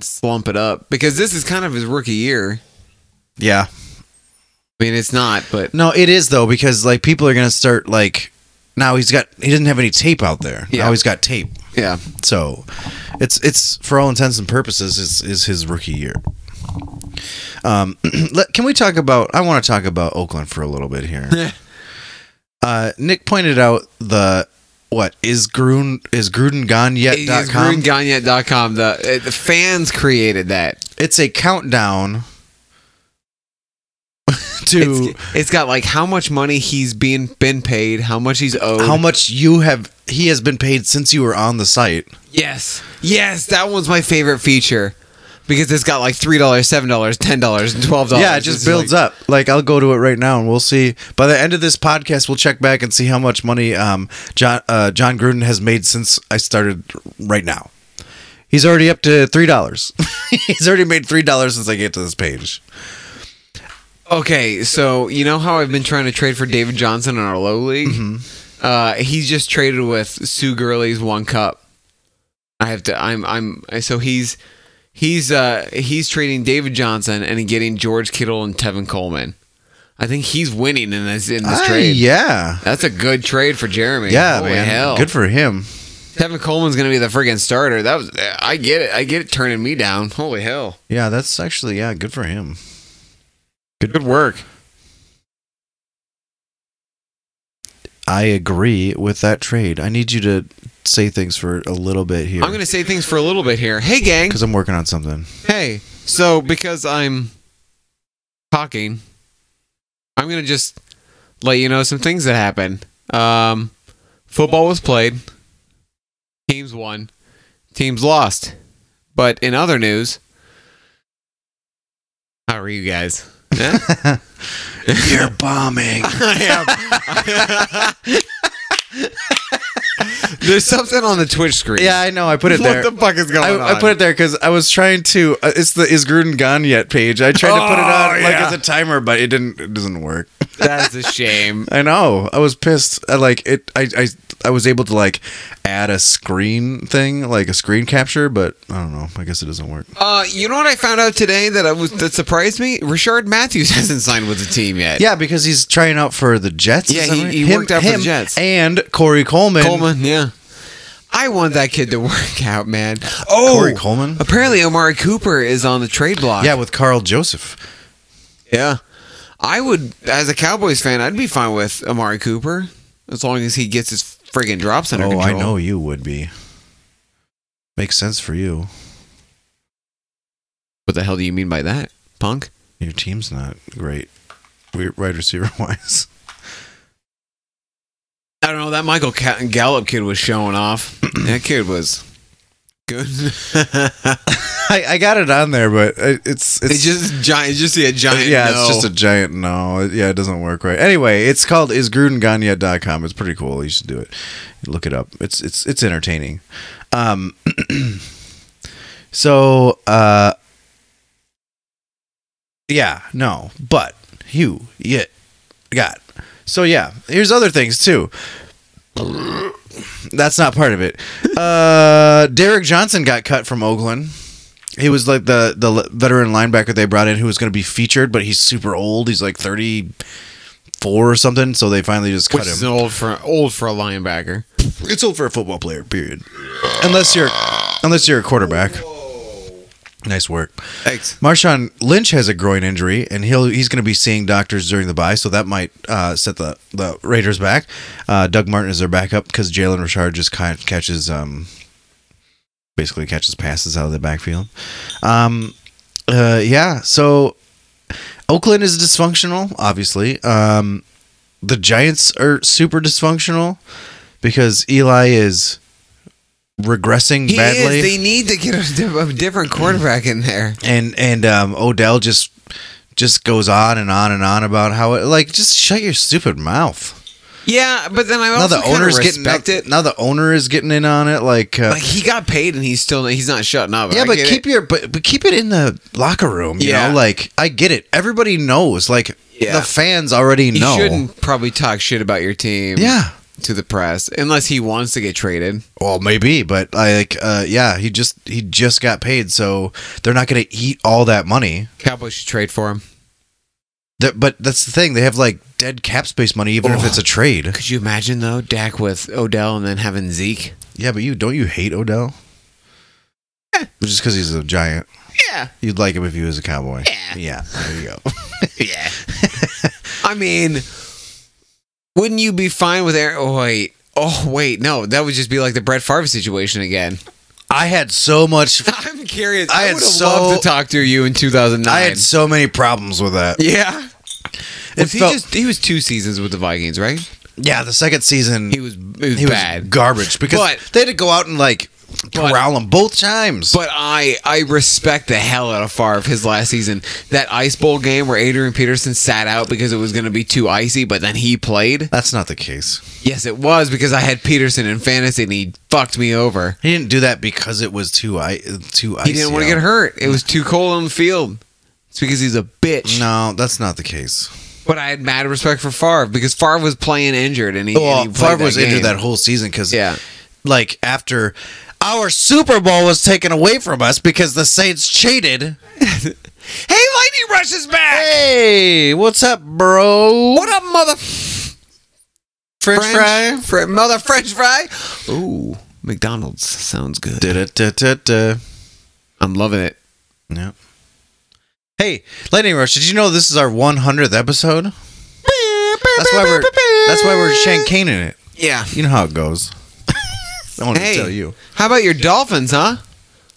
B: slump it up because this is kind of his rookie year.
A: Yeah,
B: I mean, it's not, but
A: no, it is though because like people are gonna start like now he's got he didn't have any tape out there.
B: Yeah.
A: Now he's got tape.
B: yeah.
A: So, it's it's for all intents and purposes is is his rookie year. Um, let, can we talk about? I want to talk about Oakland for a little bit here. uh, Nick pointed out the what is Gruden is Gruden gone yet?
B: It
A: dot
B: is
A: com?
B: GrudonGagne.com. The uh, the fans created that.
A: It's a countdown to
B: It's, it's got like how much money he's being been paid, how much he's owed.
A: how much you have he has been paid since you were on the site.
B: Yes. Yes, that one's my favorite feature. Because it's got like three dollars, seven dollars, ten dollars, and twelve dollars.
A: Yeah, it just builds up. Like I'll go to it right now, and we'll see. By the end of this podcast, we'll check back and see how much money um, John uh, John Gruden has made since I started. Right now, he's already up to three dollars. he's already made three dollars since I get to this page.
B: Okay, so you know how I've been trying to trade for David Johnson in our low league?
A: Mm-hmm.
B: Uh, he's just traded with Sue Gurley's one cup. I have to. I'm. I'm. So he's he's uh he's trading David Johnson and getting George Kittle and Tevin Coleman. I think he's winning in this in this
A: Ah,
B: trade.
A: yeah,
B: That's a good trade for Jeremy.
A: yeah,
B: Holy
A: man.
B: hell.
A: Good for him.
B: Tevin Coleman's gonna be the friggin' starter. That was I get it. I get it turning me down. Holy hell.
A: Yeah, that's actually yeah, good for him.
B: Good work.
A: I agree with that trade. I need you to say things for a little bit here
B: I'm going to say things for a little bit here. Hey, gang.
A: because I'm working on something.
B: Hey, so because I'm talking, I'm gonna just let you know some things that happened. Um, football was played. Teams won. Teams lost. But in other news, how are you guys? Yeah?
A: You're bombing.
B: I am. There's something on the Twitch screen.
A: yeah, I know. I put it
B: what
A: there.
B: the fuck is going
A: I,
B: on?
A: I put it there because I was trying to. Uh, it's the "Is Gruden gone yet?" page. I tried to put it on
B: Oh,
A: like
B: yeah.
A: as a timer, but it didn't. It doesn't work.
B: That's a shame.
A: I know. I was pissed. I like it. I I I was able to like add a screen thing, like a screen capture, but I don't know. I guess it doesn't work.
B: Uh, you know what I found out today that I was that surprised me? Richard Matthews hasn't signed with the team yet.
A: Yeah, because he's trying out for the Jets.
B: Yeah,
A: is that
B: he-
A: right?
B: he worked out for the Jets.
A: and Corey Coleman.
B: Coleman, yeah. I want that kid to work out, man.
A: Corey Coleman?
B: Apparently Amari Cooper is on the trade block.
A: Yeah, with Carl Joseph.
B: Yeah. I would as a Cowboys fan, I'd be fine with Amari Cooper as long as he gets his friggin' drops under
A: oh,
B: control.
A: I know you would be. Makes sense for you.
B: What the hell do you mean by that? Punk?
A: Your team's not great, we- wide receiver wise.
B: I don't know. That Michael Ca- Gallup kid was showing off. that kid was good.
A: I, I got it on there, but it- it's it's
B: It's just giant. Just see a giant.
A: yeah,
B: no.
A: it's just a giant no. Yeah, it doesn't work right. Anyway, it's called is isgrudengoneyet.com. It's pretty cool. You should do it. Look it up. It's it's it's entertaining. Um So, uh Yeah, no. But you yeah got. So yeah, here's other things too. That's not part of it. Uh Derek Johnson got cut from Oakland. He was like the the l- veteran linebacker they brought in who was going to be featured, but he's super old. He's like thirty four or something. So they finally just cut
B: Which is
A: him.
B: old for old for a linebacker.
A: it's old for a football player, period. Unless you're unless you're a quarterback. Nice work.
B: Thanks.
A: Marshawn Lynch has a groin injury, and he'll he's going to be seeing doctors during the bye, so that might uh, set the, the Raiders back. Uh, Doug Martin is their backup because Jalen Richard just ca- catches um, basically catches passes out of the backfield. Um, uh, yeah, so Oakland is dysfunctional, obviously. Um, the Giants are super dysfunctional because Eli is regressing
B: He
A: badly
B: is. They need to get a, di- a different quarterback in there.
A: and and um, Odell just just goes on and on and on about how it like just shut your stupid mouth.
B: Yeah, but then I
A: Now
B: also
A: the owner's
B: getting
A: getting now,
B: it.
A: now the owner is getting in on it. Like, uh,
B: Like he got paid and he's still he's not shutting up.
A: yeah,
B: I
A: but
B: get
A: keep
B: it.
A: your but, but keep it in the locker room. You
B: Yeah.
A: know, like I get it. Everybody knows. Like
B: Yeah.
A: the fans already
B: You
A: know.
B: shouldn't probably talk shit about your team.
A: Yeah.
B: To the press, unless he wants to get traded.
A: Well, maybe, but like, uh, yeah, he just he just got paid, so they're not going to eat all that money.
B: Cowboys should trade for him.
A: That, but that's the thing; they have like dead cap space money, even if
B: Oh.
A: it's a trade.
B: Could you imagine though, Dak with Odell and then having Zeke?
A: Yeah, but you don't you hate Odell?
B: Eh.
A: Just because he's a giant.
B: Yeah,
A: You'd like him if he was a cowboy.
B: Yeah.
A: Yeah. There you go.
B: yeah. I mean, wouldn't you be fine with Aaron? Oh wait, oh wait, no, that would just be like the Brett Favre situation again.
A: I had so much.
B: I'm curious. I,
A: I had
B: would have
A: so-
B: loved to talk to you in 2009.
A: I had so many problems with that.
B: yeah.
A: It
B: Was he
A: felt-
B: just he was two seasons with the Vikings, right?
A: Yeah. The second season,
B: He was it was
A: he was
B: bad.
A: garbage because
B: But-
A: they had to go out and like
B: But-
A: corral him both times.
B: but I I respect the hell out of Favre his last season. That ice bowl game where Adrian Peterson sat out because it was going to be too icy, but then he played.
A: That's not the case.
B: Yes, it was because I had Peterson in fantasy and he fucked me over.
A: He didn't do that because it was too I too icy.
B: He didn't want to
A: out.
B: get hurt. It was too cold on the field. It's because he's a bitch.
A: No, that's not the case.
B: But I had mad respect for Favre because Favre was playing injured and he,
A: Well,
B: and he played
A: Favre was
B: that
A: injured
B: game.
A: that whole season because,
B: Yeah.
A: like after our Super Bowl was taken away from us because the Saints cheated.
B: Hey, Lightning Rush is back.
A: Hey, what's up, bro?
B: What up, mother
A: French,
B: French fry? Fr- mother French fry. Ooh, McDonald's sounds good.
A: Da-da-da-da-da.
B: I'm loving it.
A: Yep. Hey, Lightning Rush, did you know this is our 100th episode? That's why we're that's why we're shankaning it.
B: Yeah.
A: You know how it goes. I want
B: Hey,
A: to tell you.
B: how about your Dolphins, huh?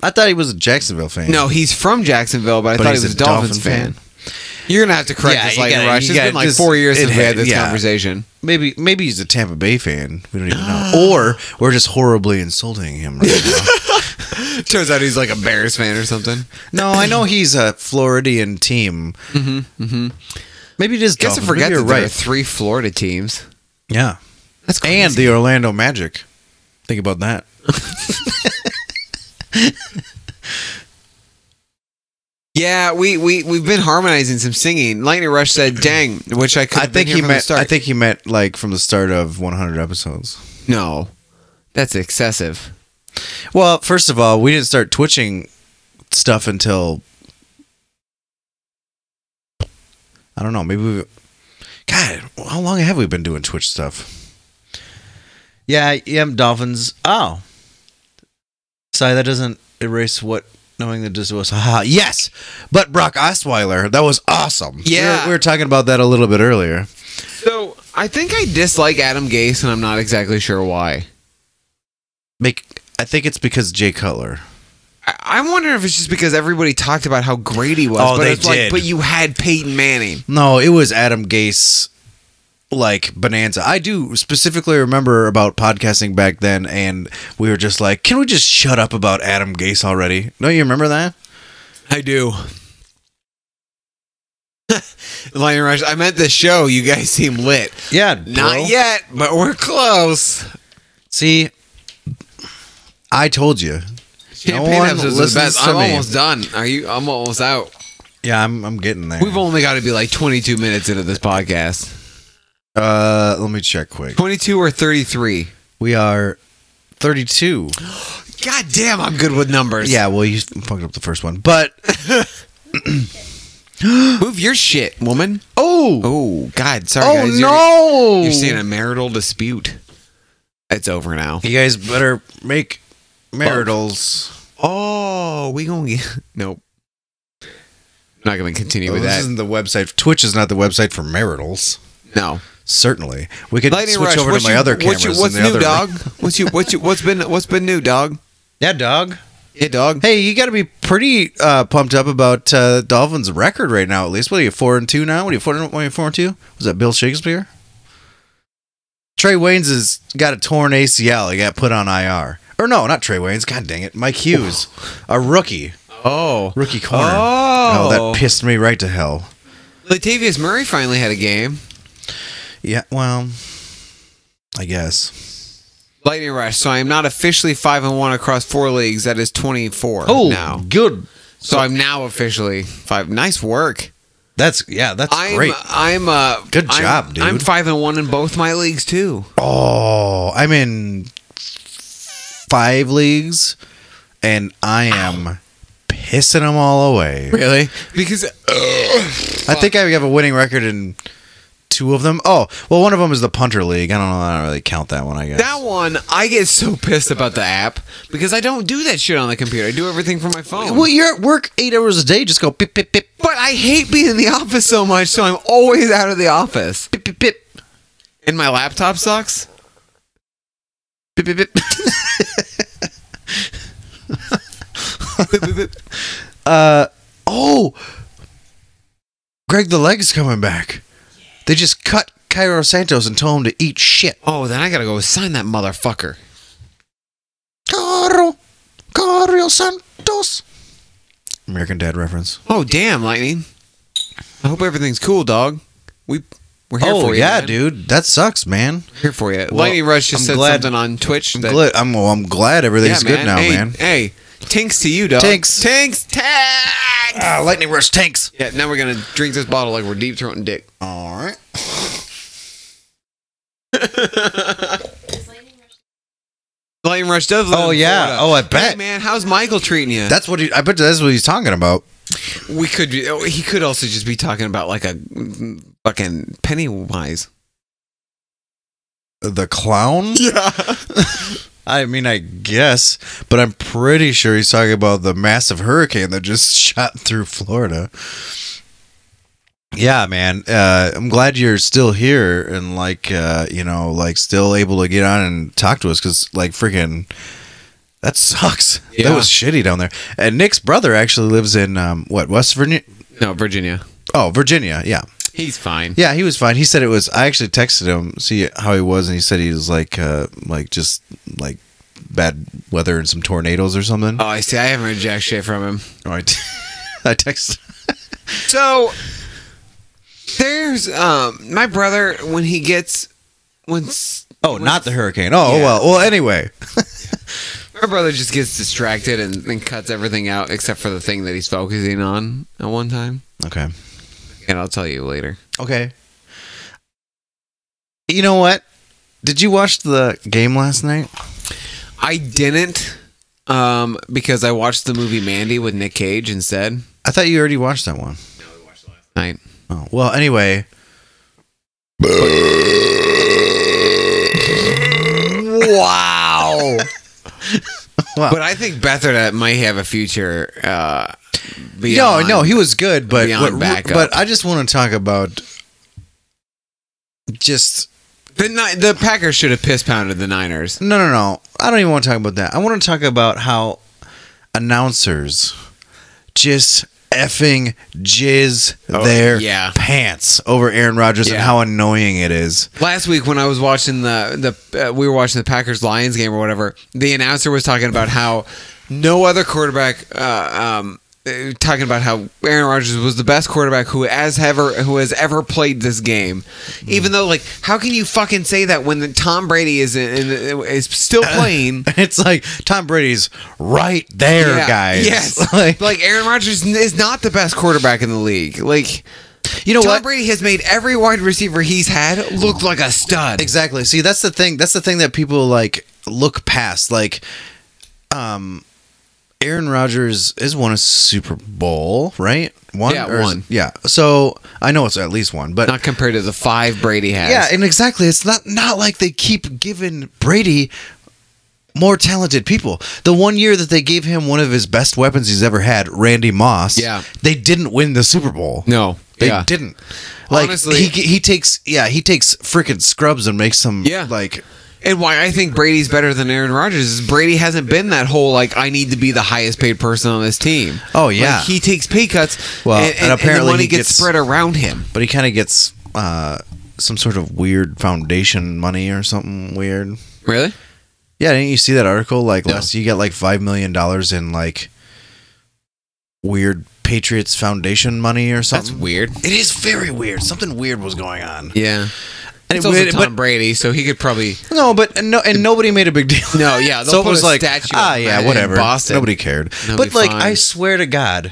A: I thought he was a Jacksonville fan.
B: No, he's from Jacksonville, but I
A: But
B: thought he
A: he's
B: was a
A: a
B: Dolphins fan.
A: Dolphin
B: You're gonna have to correct
A: Yeah,
B: this
A: you
B: lightning
A: gotta-
B: rush. It's
A: you
B: been
A: gotta-
B: like
A: this-
B: four years
A: it
B: since we had
A: had-
B: this
A: yeah.
B: conversation.
A: maybe maybe he's a Tampa Bay fan. We don't even know. or we're just horribly insulting him right now.
B: Turns out he's like a Bears fan or something.
A: no, I know he's a Floridian team. Mm-hmm, mm-hmm. Maybe it is.
B: Guess I
A: Dolphins.
B: forget
A: Maybe
B: that
A: you're
B: there are
A: right.
B: three Florida teams.
A: yeah,
B: That's
A: and the Orlando Magic. Think about that.
B: yeah, we we we've been harmonizing some singing. Lightning Rush said, "Dang, which I could."
A: I think he
B: meant.
A: meant. I think he meant like from the start of 100 episodes.
B: no, that's excessive.
A: Well, first of all, we didn't start twitching stuff until I don't know. Maybe we. God, how long have we been doing Twitch stuff? Yeah, EM Dolphins. Oh, sorry, that doesn't erase what knowing that this was. Haha. Yes, but Brock Osweiler, that was awesome. We were-
B: Yeah.
A: we were, talking about that a little bit earlier.
B: So I think I dislike Adam Gase, and I'm not exactly sure why.
A: Make I think it's because Jay Cutler.
B: I, I wonder if it's just because everybody talked about how great he was.
A: Oh,
B: but
A: they
B: it's Like,
A: did.
B: but you had Peyton Manning.
A: No, it was Adam Gase like bonanza. I do specifically remember about podcasting back then and we were just like, "Can we just shut up about Adam Gase already?" No, you remember that?
B: I do. Lightning Rush. I meant the show. You guys seem lit.
A: Yeah, bro.
B: Not yet, but we're close.
A: See, I told you.
B: Champagne
A: one
B: episodes are the
A: listens
B: best.
A: to
B: I'm
A: me.
B: almost done. Are you? I'm almost out.
A: Yeah, I'm I'm getting there.
B: We've only got to be like 22 minutes into this podcast.
A: uh, let me check quick.
B: 22 or 33.
A: We are 32.
B: God damn, I'm good with numbers.
A: Yeah, well, you fucked up the first one. But
B: Move your shit, woman.
A: oh,
B: Oh, God. Sorry,
A: oh
B: guys. You're-
A: no.
B: You're, seeing
A: Oh.
B: a marital dispute. It's over now.
A: You guys better make maritals.
B: Oh, we going to get. Nope. Not going to continue with
A: Oh, this
B: that.
A: isn't the website. Twitch is not the website for maritals.
B: No.
A: Certainly, we could
B: Lightning
A: switch
B: Rush,
A: over to
B: what's
A: my
B: you-
A: other cameras.
B: what's you- what's
A: in the
B: new,
A: other
B: dog? What's you, what's you, what's been what's been new, dog?
A: Yeah, dog.
B: Yeah, dog.
A: Hey, you got to be pretty uh, pumped up about uh, Dolphins' record right now. At least, what are you four and two now? What are you four and, what are you, four and two? Was that Bill Shakespeare? Trey Waynes has got a torn ACL. He got put on IR. Or no, not Trey Waynes. God dang it, Mike Hughes, a rookie,
B: Oh,
A: rookie corner.
B: Oh.
A: that pissed me right to hell.
B: Latavius Murray finally had a game.
A: Yeah, well, I guess.
B: Lightning Rush. So I'm not officially five and one across four leagues. That is 24 now.
A: Oh, good.
B: So I'm now officially five. Nice work.
A: That's yeah, that's
B: I'm
A: great.
B: I'm uh
A: Good
B: I'm-
A: job, dude.
B: I'm five and one in both my leagues too.
A: Oh, I'm in five leagues, and I am pissing them all away.
B: Really? Because
A: I think I have a winning record in two of them. Oh, well, one of them is the punter league. I don't know. I don't really count that one. I guess.
B: that one, I get so pissed about the app because I don't do that shit on the computer. I do everything from my phone.
A: well, you're at work eight hours a day. Just go pip pip pip
B: but I hate being in the office so much, so I'm always out of the office.
A: pip pip pip
B: And my laptop sucks.
A: pip pip. pip. uh oh, Greg the Leg's coming back. They just cut Cairo Santos and told him to eat shit.
B: Oh, then I gotta go sign that motherfucker.
A: Carl, Carl Santos. American Dad reference.
B: Oh, damn, Lightning. I hope everything's cool, dog. We we're here
A: oh
B: for you.
A: yeah,
B: man.
A: dude, that sucks, man.
B: Here for you.
A: Well,
B: Lightning Rush just
A: I'm
B: said
A: glad-
B: something on Twitch.
A: I'm
B: that-
A: glad. I'm, well, I'm glad everything's good now,
B: hey,
A: man.
B: Hey, tinks to you, dog.
A: Tinks.
B: Tinks. Tanks.
A: Ah, lightning rush tanks.
B: Yeah, now we're going to drink this bottle like we're deep throating dick.
A: All right.
D: Is Lightning Rush
B: Lightning Rush does live
A: Oh,
B: in Florida.
A: yeah. Oh, I
B: Hey,
A: bet.
B: man, how's Michael treating you?
A: That's what he, I bet. That's what he's talking about.
B: we could be, oh, he could also just be talking about like a mm, fucking Pennywise.
A: The clown.
B: Yeah.
A: I mean, I guess, but I'm pretty sure he's talking about the massive hurricane that just shot through Florida. Yeah, man. Uh, I'm glad you're still here and like uh, you know, like still able to get on and talk to us because like freaking that sucks.
B: Yeah.
A: That was shitty down there. And Nick's brother actually lives in um, what West Virginia?
B: No, Virginia.
A: Oh, Virginia. Yeah,
B: He's fine.
A: yeah. He was fine. He said it was. I actually texted him see how he was, and he said he was like uh, like just like bad weather and some tornadoes or something.
B: Oh, I see. I haven't heard jack shit from him.
A: All right. I texted.
B: So there's um my brother when he gets when s-
A: Oh, not the hurricane. Oh,
B: Yeah.
A: well. Well, anyway.
B: my brother just gets distracted and, and cuts everything out except for the thing that he's focusing on at one time.
A: Okay.
B: And I'll tell you later.
A: Okay. You know what? Did you watch the game last night?
B: I didn't um because I watched the movie Mandy with Nick Cage instead.
A: I thought you already watched that one.
B: I
A: Oh, well, anyway.
B: Wow.
A: Wow.
B: But I think Bethard might have a future. Uh,
A: No,
B: beyond-
A: no, he was good, but
B: beyond
A: but,
B: backup.
A: but I just want to talk about just
B: the, Ni- the Packers should have piss pounded the Niners.
A: No, no, no. I don't even want to talk about that. I want to talk about how announcers just effing jizz their
B: Oh, yeah.
A: pants over Aaron Rodgers and
B: Yeah.
A: how annoying it is.
B: Last week when I was watching the the uh, we were watching the Packers Lions game or whatever, the announcer was talking about how no other quarterback. Uh, um, uh, Talking about how Aaron Rodgers was the best quarterback who has ever who has ever played this game, even though like how can you fucking say that when the Tom Brady is in, in, is still playing
A: It's like Tom Brady's right there,
B: Yeah.
A: guys.
B: Yes.
A: Like,
B: Like, Aaron Rodgers n- is not the best quarterback in the league. Like
A: you know
B: Tom
A: what?
B: Brady has made every wide receiver he's had look like a stud.
A: Exactly. See, that's the thing. That's the thing that people like look past. Like, um, Aaron Rodgers has won a Super Bowl, right? One.
B: Yeah,
A: is-
B: one.
A: Yeah. So I know it's at least one, but
B: Not compared to the five Brady has.
A: yeah, and exactly. It's not not like they keep giving Brady more talented people. The one year that they gave him one of his best weapons he's ever had, Randy Moss.
B: Yeah.
A: they didn't win the Super Bowl.
B: No.
A: They
B: yeah.
A: didn't. Like
B: Honestly-
A: he he takes yeah he takes freaking scrubs and makes them
B: Yeah.
A: like
B: And why I think Brady's better than Aaron Rodgers is Brady hasn't been that whole like I need to be the highest paid person on this team.
A: Oh, yeah.
B: Like, he takes pay cuts.
A: Well,
B: and,
A: and
B: and, and
A: apparently
B: the money
A: he
B: gets,
A: gets-
B: spread around him.
A: but he kind of gets uh some sort of weird foundation money or something weird.
B: Really?
A: Yeah, didn't you see that article? Like last you got like five million dollars in like weird Patriots Foundation money or
B: That's
A: something.
B: weird.
A: It is very weird. Something weird was going on.
B: Yeah.
A: And
B: It's
A: it
B: also
A: would-
B: Tom Brady, so he could probably
A: but no, but and no, and nobody made a big deal.
B: No, yeah, they'll
A: so
B: put
A: it was
B: a
A: like
B: statue
A: ah,
B: in-
A: yeah,
B: in
A: whatever.
B: Boston.
A: Nobody cared.
B: It'll
A: but
B: be
A: like,
B: fine.
A: I swear to God.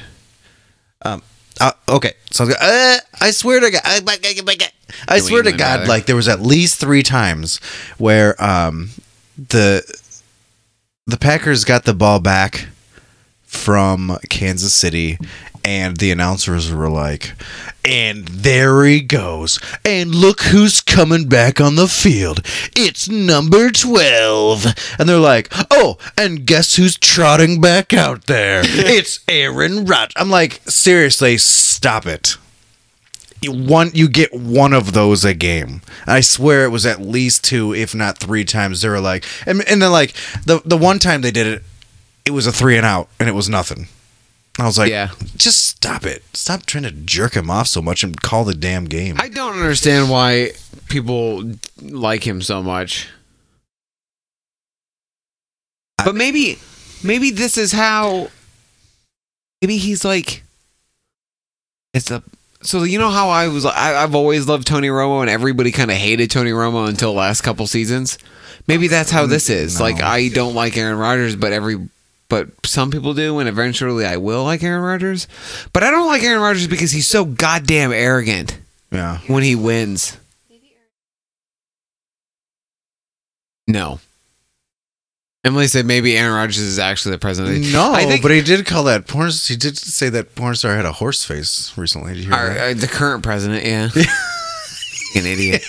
A: Um. Uh, okay, so uh, I swear to God, I, I swear to
B: England,
A: God,
B: rather.
A: like there was at least three times where um the the Packers got the ball back from Kansas City, and the announcers were like, and there he goes. And look who's coming back on the field. It's number 12. And they're like, oh, and guess who's trotting back out there? it's Aaron Rodgers. I'm like, seriously, stop it. You- One, you get one of those a game. I swear it was at least two, if not three times. They were like, and, and then like the the one time they did it, it was a three and out, and it was nothing. I was like,
B: Yeah.
A: just stop it. Stop trying to jerk him off so much and call the damn game.
B: I don't understand why people like him so much. But maybe maybe this is how maybe he's like it's a so you know how I was I, I've always loved Tony Romo and everybody kind of hated Tony Romo until last couple seasons. Maybe that's how this is.
A: No.
B: Like I don't like Aaron Rodgers, but every but some people do, and eventually I will like Aaron Rodgers. But I don't like Aaron Rodgers because he's so goddamn arrogant
A: yeah.
B: when he wins.
D: Maybe Aaron
B: No. Emily said maybe Aaron Rodgers is actually the president.
A: No,
B: I think
A: but he did call that porn. He did say that porn star had a horse face recently. Did you hear
B: our-
A: that?
B: uh, the current president, yeah. An idiot.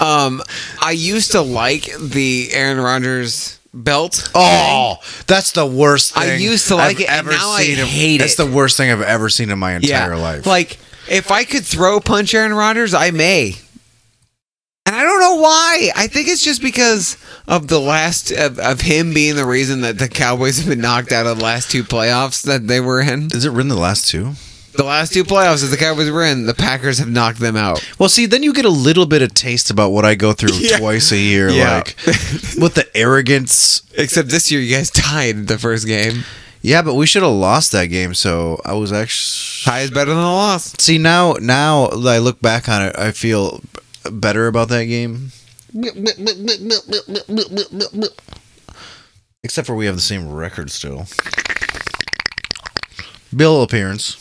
B: Um, I used to like the Aaron Rodgers belt.
A: Oh, that's the worst thing
B: I used to like it, and now I
A: seen. in-
B: hate
A: That's
B: it.
A: the worst thing I've ever seen in my
B: yeah,
A: entire life.
B: like If I could throw punch Aaron Rodgers, I may. And I don't know why. I think it's just because of the last of, of him being the reason that the Cowboys have been knocked out of the last two playoffs that they were in.
A: Is it written the last two?
B: The last two playoffs that the Cowboys were in, the Packers have knocked them out.
A: Well, see, then you get a little bit of taste about what I go through twice a year,
B: Yeah.
A: like with the arrogance.
B: Except this year, you guys tied the first game.
A: Yeah, but we should have lost that game. So I was actually
B: Tie is better than a loss.
A: see now. Now that I look back on it, I feel b- better about that game. Except for we have the same record still. Bill appearance.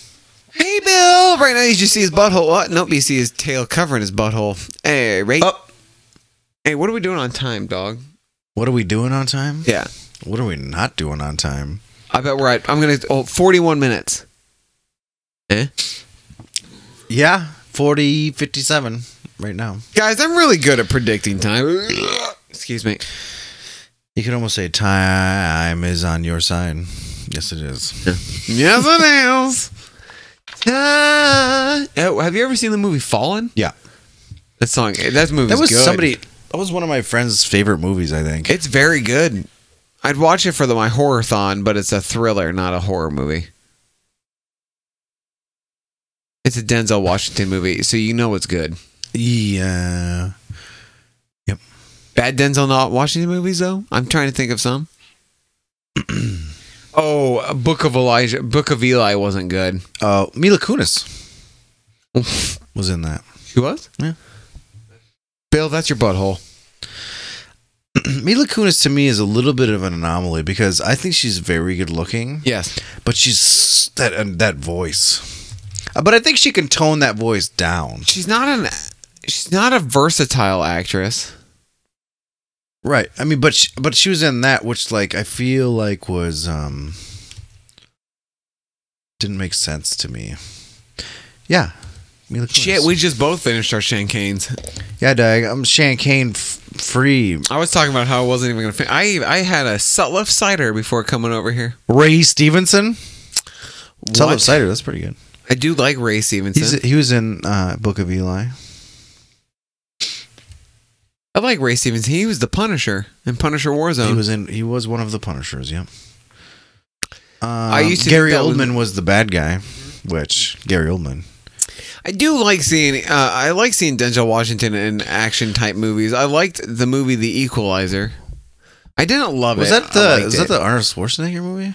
B: Hey, Bill. Right now, you just see his butthole. What? Nope, you see his tail covering his butthole. Hey, right?
A: Up.
B: Hey, what are we doing on time, dog?
A: What are we doing on time?
B: Yeah.
A: What are we not doing on time?
B: I bet we're at. I'm gonna. Oh, 41 minutes. Eh?
A: Yeah, 40, 57 right now.
B: Guys, I'm really good at predicting time. Excuse me.
A: You could almost say time is on your side. Yes, it is.
B: Yes, it is. Ah. Oh, have you ever seen the movie Fallen?
A: Yeah,
B: That song. That movie.
A: that was
B: good.
A: somebody. That was one of my friend's favorite movies. I think.
B: It's very good. I'd watch it for the my horror-thon, but it's a thriller, not a horror movie. It's a Denzel Washington movie, so you know it's good.
A: yeah.
B: Bad Denzel not Washington movies though. I'm trying to think of some. oh, Book of Elijah, Book of Eli wasn't good.
A: Uh, Mila Kunis was in that.
B: She was.
A: Yeah.
B: Bill, that's your butthole.
A: Mila Kunis to me is a little bit of an anomaly because I think she's very good looking,
B: Yes.
A: but she's that and that voice. Uh, But I think she can tone that voice down.
B: She's not an. She's not a versatile actress.
A: Right. I mean, but she, but she was in that, which like I feel like was um didn't make sense to me. Yeah. Mila Kunis.
B: Shit, we just both finished our Shankanes.
A: yeah, Dag. I'm Shan Kane f- free
B: I was talking about how I wasn't even gonna. Fin- I I had a Sutliff cider before coming over here.
A: Ray Stevenson. Tell
B: What?
A: Cider. That's pretty good.
B: I do like Ray
A: He's
B: Stevenson.
A: he was in uh, Book of Eli.
B: I like Ray Stevenson. He was the Punisher in Punisher Warzone.
A: He was in. He was one of the Punishers. Yeah. I
B: used to think
A: Gary
B: that was-
A: Oldman was... the bad guy, which Gary Oldman.
B: I do like seeing. Uh, I like seeing Denzel Washington in action type movies. I liked the movie The Equalizer. I didn't love
A: Was
B: it.
A: that
B: I
A: the
B: liked
A: was
B: it.
A: that the Arnold Schwarzenegger movie?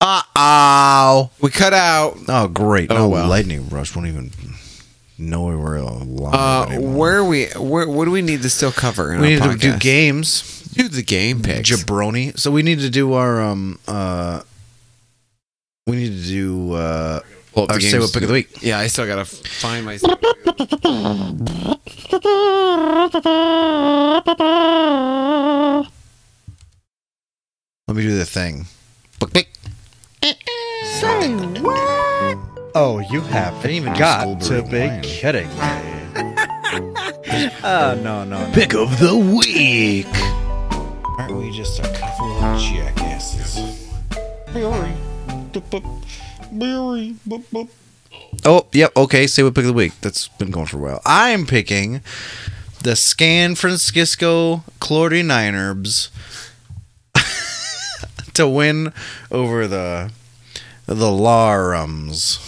A: Uh oh.
B: we cut out?
A: Oh great.
B: Oh,
A: no
B: well.
A: lightning rush won't even know where we're alive
B: Uh,
A: anymore.
B: where are we? Where? What do we need to still cover? In
A: we need
B: our
A: to do
B: podcast?
A: games.
B: Do the game picks.
A: Jabroni. So we need to do our um uh we need to do uh
B: Pull up
A: our
B: the
A: say
B: games.
A: what pick of the week.
B: Yeah, I still gotta f- find my. Uh,
A: Let me do the thing.
E: Oh, you have
A: didn't even do
E: got to
A: Schoolberry
E: be
A: wine.
E: kidding me. oh, no, no, no.
A: Pick of the week. Aren't we just a couple of jackasses? Oh, yep. Okay, say what pick of the week. That's been going for a while. I'm picking the San Francisco 49ers to win over the the Larums.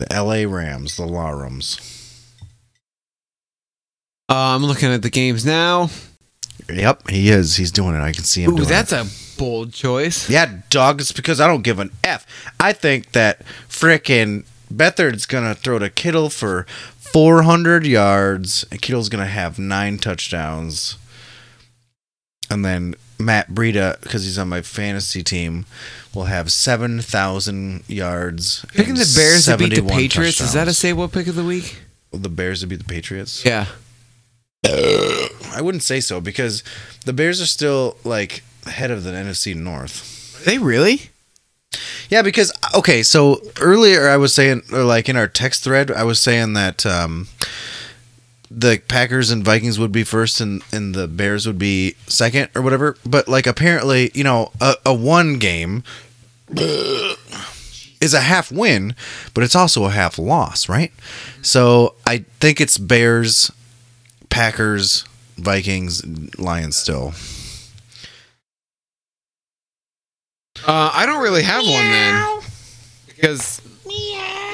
A: The LA Rams, the Larums.
B: Uh, I'm looking at the games now.
A: Yep, he is. He's doing it. I can see him
B: Ooh,
A: doing
B: that's a
A: it.
B: bold choice.
A: Yeah, dog, it's because I don't give an F. I think that frickin' Bethard's gonna throw to Kittle for 400 yards, and Kittle's gonna have nine touchdowns. And then Matt Breida, because he's on my fantasy team, will have 7,000 yards.
B: Picking
A: and
B: the Bears to beat the
A: 71
B: Patriots. Is that a
A: touchdowns.
B: say what pick of the week?
A: the Bears to beat the Patriots?
B: Yeah.
A: I wouldn't say so because the Bears are still like ahead of the NFC North.
B: they really?
A: Yeah, because okay, so earlier I was saying, or like in our text thread, I was saying that um, the Packers and Vikings would be first, and and the Bears would be second or whatever. But like apparently, you know, a, a one game is a half win, but it's also a half loss, right? So I think it's Bears, Packers, Vikings, Lions still.
B: Uh, I don't really have one then, because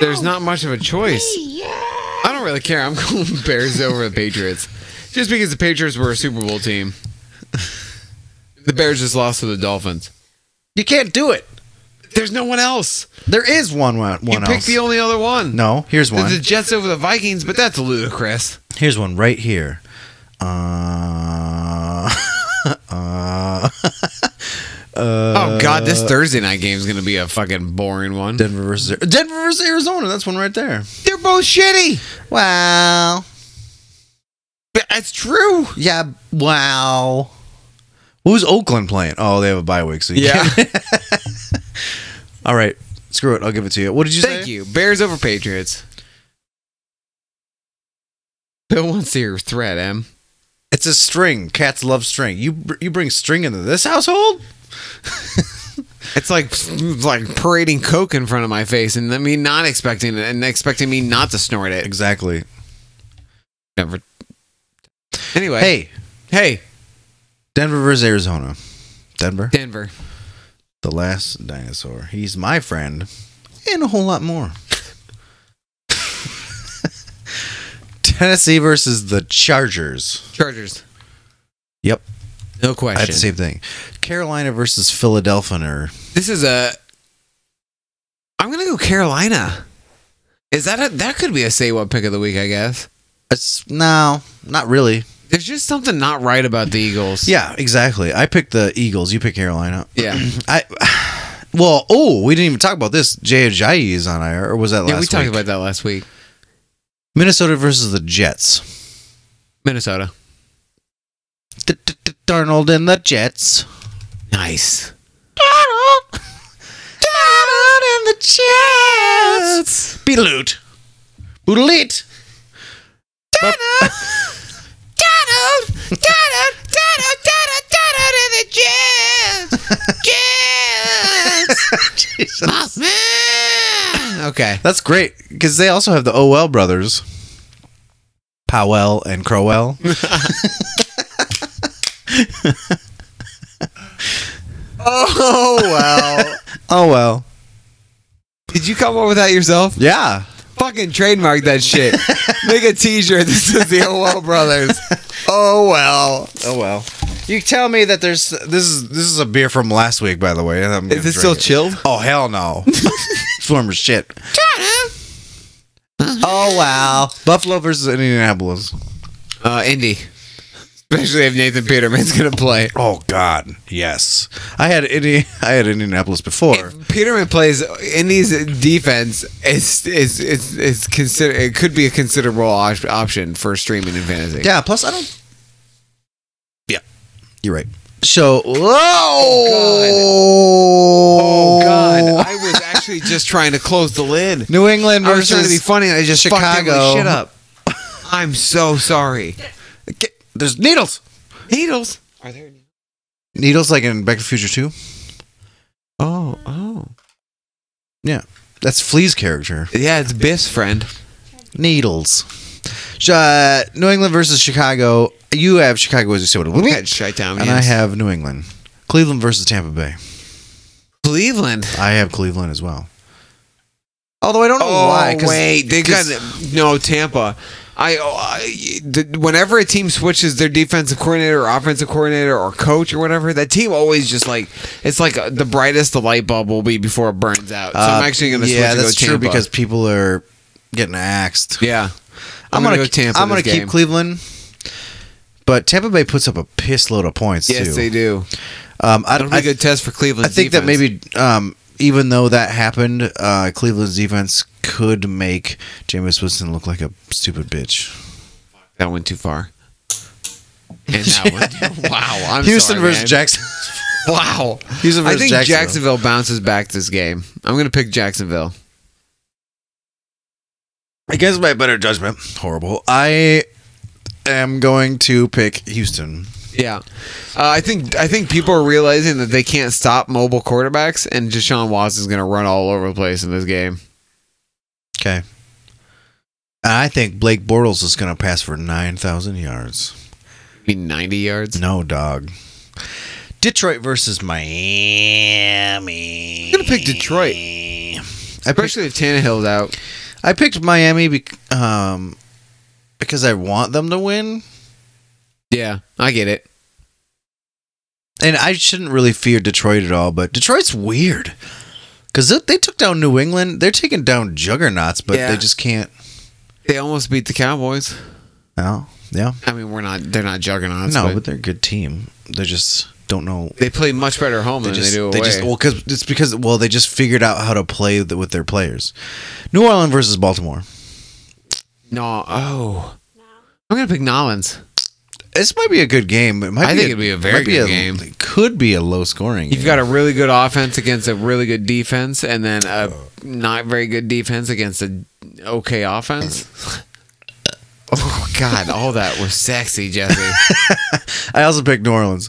B: there's not much of a choice. I don't really care. I'm going Bears over the Patriots, just because the Patriots were a Super Bowl team. The Bears just lost to the Dolphins.
A: You can't do it.
B: There's no one else.
A: There is one one,
B: You
A: one
B: picked
A: else.
B: the only other one.
A: no, here's
B: There's
A: one.
B: the Jets over the Vikings, but that's ludicrous.
A: Here's one right here. Uh, uh,
B: oh God, this Thursday night game is going to be a fucking boring one.
A: Denver versus Denver versus Arizona. That's one right there.
B: They're both shitty.
A: Wow.
B: But That's true.
A: Yeah. Wow. Who's Oakland playing? Oh, they have a bye week. So you
B: Yeah.
A: can't- All right. Screw it. I'll give it to you. What did you
B: Thank
A: say?
B: you. Bears over Patriots. Bill wants to hear your threat, Em.
A: It's a string. Cats love string. You br- you bring string into this household?
B: It's like like parading coke in front of my face, and then me not expecting it, and expecting me not to snort it.
A: Exactly.
B: Never. Anyway,
A: Hey,
B: hey,
A: Denver versus Arizona. Denver,
B: Denver.
A: the last dinosaur. He's my friend, and a whole lot more. Tennessee versus the Chargers.
B: Chargers.
A: Yep,
B: No
A: I had
B: question.
A: the same thing. Carolina versus Philadelphia.
B: This is a. I'm gonna go Carolina. Is that a that could be a say what pick of the week? I guess
A: It's no, not really.
B: there's just something not right about the Eagles.
A: Yeah, exactly. I picked the Eagles. You pick Carolina.
B: yeah.
A: I. Well, oh, we didn't even talk about this. Jay Ajayi is on IR, or was that last?
B: yeah we talked
A: week?
B: about that last week.
A: Minnesota versus the Jets.
B: Minnesota.
A: Darnold and the Jets.
B: Nice.
A: Darnold, Darnold and the Jets. Beeloot, Boodleet. Darnold, Darnold, Darnold, Darnold, Darnold, Darnold and the Jets. Jets.
B: okay.
A: That's great because they also have the OL brothers, Powell and Crowell.
B: Oh well.
A: Oh well,
B: Did you come up with that yourself?
A: yeah.
B: Fucking trademark that shit. Make a T-shirt. This is the OL Brothers. Oh well.
A: Oh well. You tell me that there's this is this is a beer from last week, by the way. and I'm gonna
B: Is it
A: drink
B: still chilled?
A: Oh hell no. it's warm as shit.
B: Uh-huh.
A: oh wow. Buffalo versus Indianapolis.
B: Uh, Indy. Especially if Nathan Peterman's gonna play.
A: Oh god, yes. I had Indi- I had Indianapolis before.
B: Peterman plays Indy's defense is is is is consider it could be a considerable op- option for streaming in fantasy.
A: Yeah, plus I don't Yeah. You're right. So Oh
B: Oh
A: god.
B: God, I was actually just trying to close the lid.
A: New England
B: I was
A: versus
B: trying to be funny. and I just Chicago. fucked
A: Chicago.
B: every shit up. I'm so sorry.
A: Get- There's needles.
B: Needles. Are there?
A: Needles like in Back to the Future 2.
B: Oh, oh.
A: That's Flea's character.
B: Yeah, it's Biff's friend.
A: Needles. Sh- uh, New England versus Chicago. You have Chicago as you say what it will be.
B: That's Chi-town,
A: And I
B: yes.
A: have New England. Cleveland versus Tampa Bay.
B: Cleveland.
A: I have Cleveland as well. Although I don't know
B: Oh
A: why. 'cause-
B: wait, they got
A: 'cause-
B: no Tampa. I, oh, I the, whenever a team switches their defensive coordinator, or offensive coordinator, or coach or whatever, that team always just like it's like uh, the brightest the light bulb will be before it burns out. So I'm
A: uh,
B: actually going to switch
A: Yeah,
B: and go
A: that's true
B: Tampa.
A: because people are getting axed.
B: yeah, I'm, going to go
A: keep-
B: Tampa.
A: I'm
B: going
A: gonna
B: to
A: keep Cleveland. But Tampa Bay puts up a piss load of points
B: Yes,
A: too.
B: they do.
A: Um, I
B: That'll
A: don't.
B: be a
A: I,
B: good test for Cleveland.
A: I think that maybe um, even though that happened, uh, Cleveland's defense could make Jameis Winston look like a stupid bitch.
B: that went too far. And that one, wow! I'm
A: Houston
B: sorry,
A: versus
B: man.
A: Jackson.
B: Wow!
A: Houston
B: I
A: versus
B: think
A: Jacksonville.
B: Jacksonville bounces back this game. I'm going to pick Jacksonville.
A: Against my better judgment, horrible. I am going to pick Houston.
B: Yeah, uh, I think I think people are realizing that they can't stop mobile quarterbacks, and Deshaun Watson's going to run all over the place in this game.
A: Okay. And I think Blake Bortles is going to pass for 9,000 yards.
B: Be ninety yards.
A: No, dog. Detroit versus Miami.
B: I'm gonna pick Detroit.
A: I picked,
B: Especially if Tannehill's out.
A: I picked Miami bec- um, because I want them to win.
B: Yeah, I get it.
A: and I shouldn't really fear Detroit at all, but Detroit's weird because they, they took down New England. They're taking down juggernauts, but
B: Yeah.
A: they just can't.
B: They almost beat the Cowboys.
A: No, yeah,
B: I mean, we're not. They're not juggernauts.
A: no,
B: but,
A: but, they're a good team. They just don't know.
B: they play much better at home
A: They
B: than
A: just,
B: they do away.
A: they just well, because it's because well, they just figured out how to play the, with their players. New Orleans versus Baltimore.
B: no, oh, I'm gonna pick Nollins.
A: This might be a good game. It might
B: I
A: be
B: think it'd be a very
A: might
B: good game.
A: It could be a low scoring.
B: You've got a really good offense against a really good defense, and then
A: Uh.
B: a not very good defense against an okay offense. Oh God! All that was sexy, Jesse.
A: I also picked New Orleans.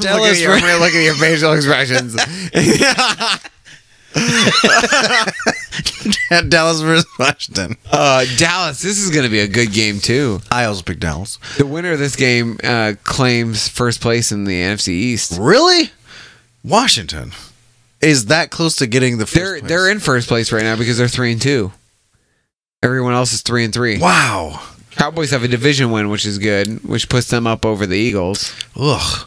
B: look, at your, look at your facial expressions.
A: Dallas versus Washington.
B: Uh, Dallas, this is going to be a good game too.
A: I also picked Dallas.
B: The winner of this game uh, claims first place in the NFC East.
A: Really? Washington is that close to getting the 1st
B: They're
A: place?
B: they're in first place right now because they're three and two. Everyone else is three and three.
A: Wow.
B: Cowboys have a division win, which is good, which puts them up over the Eagles.
A: Ugh.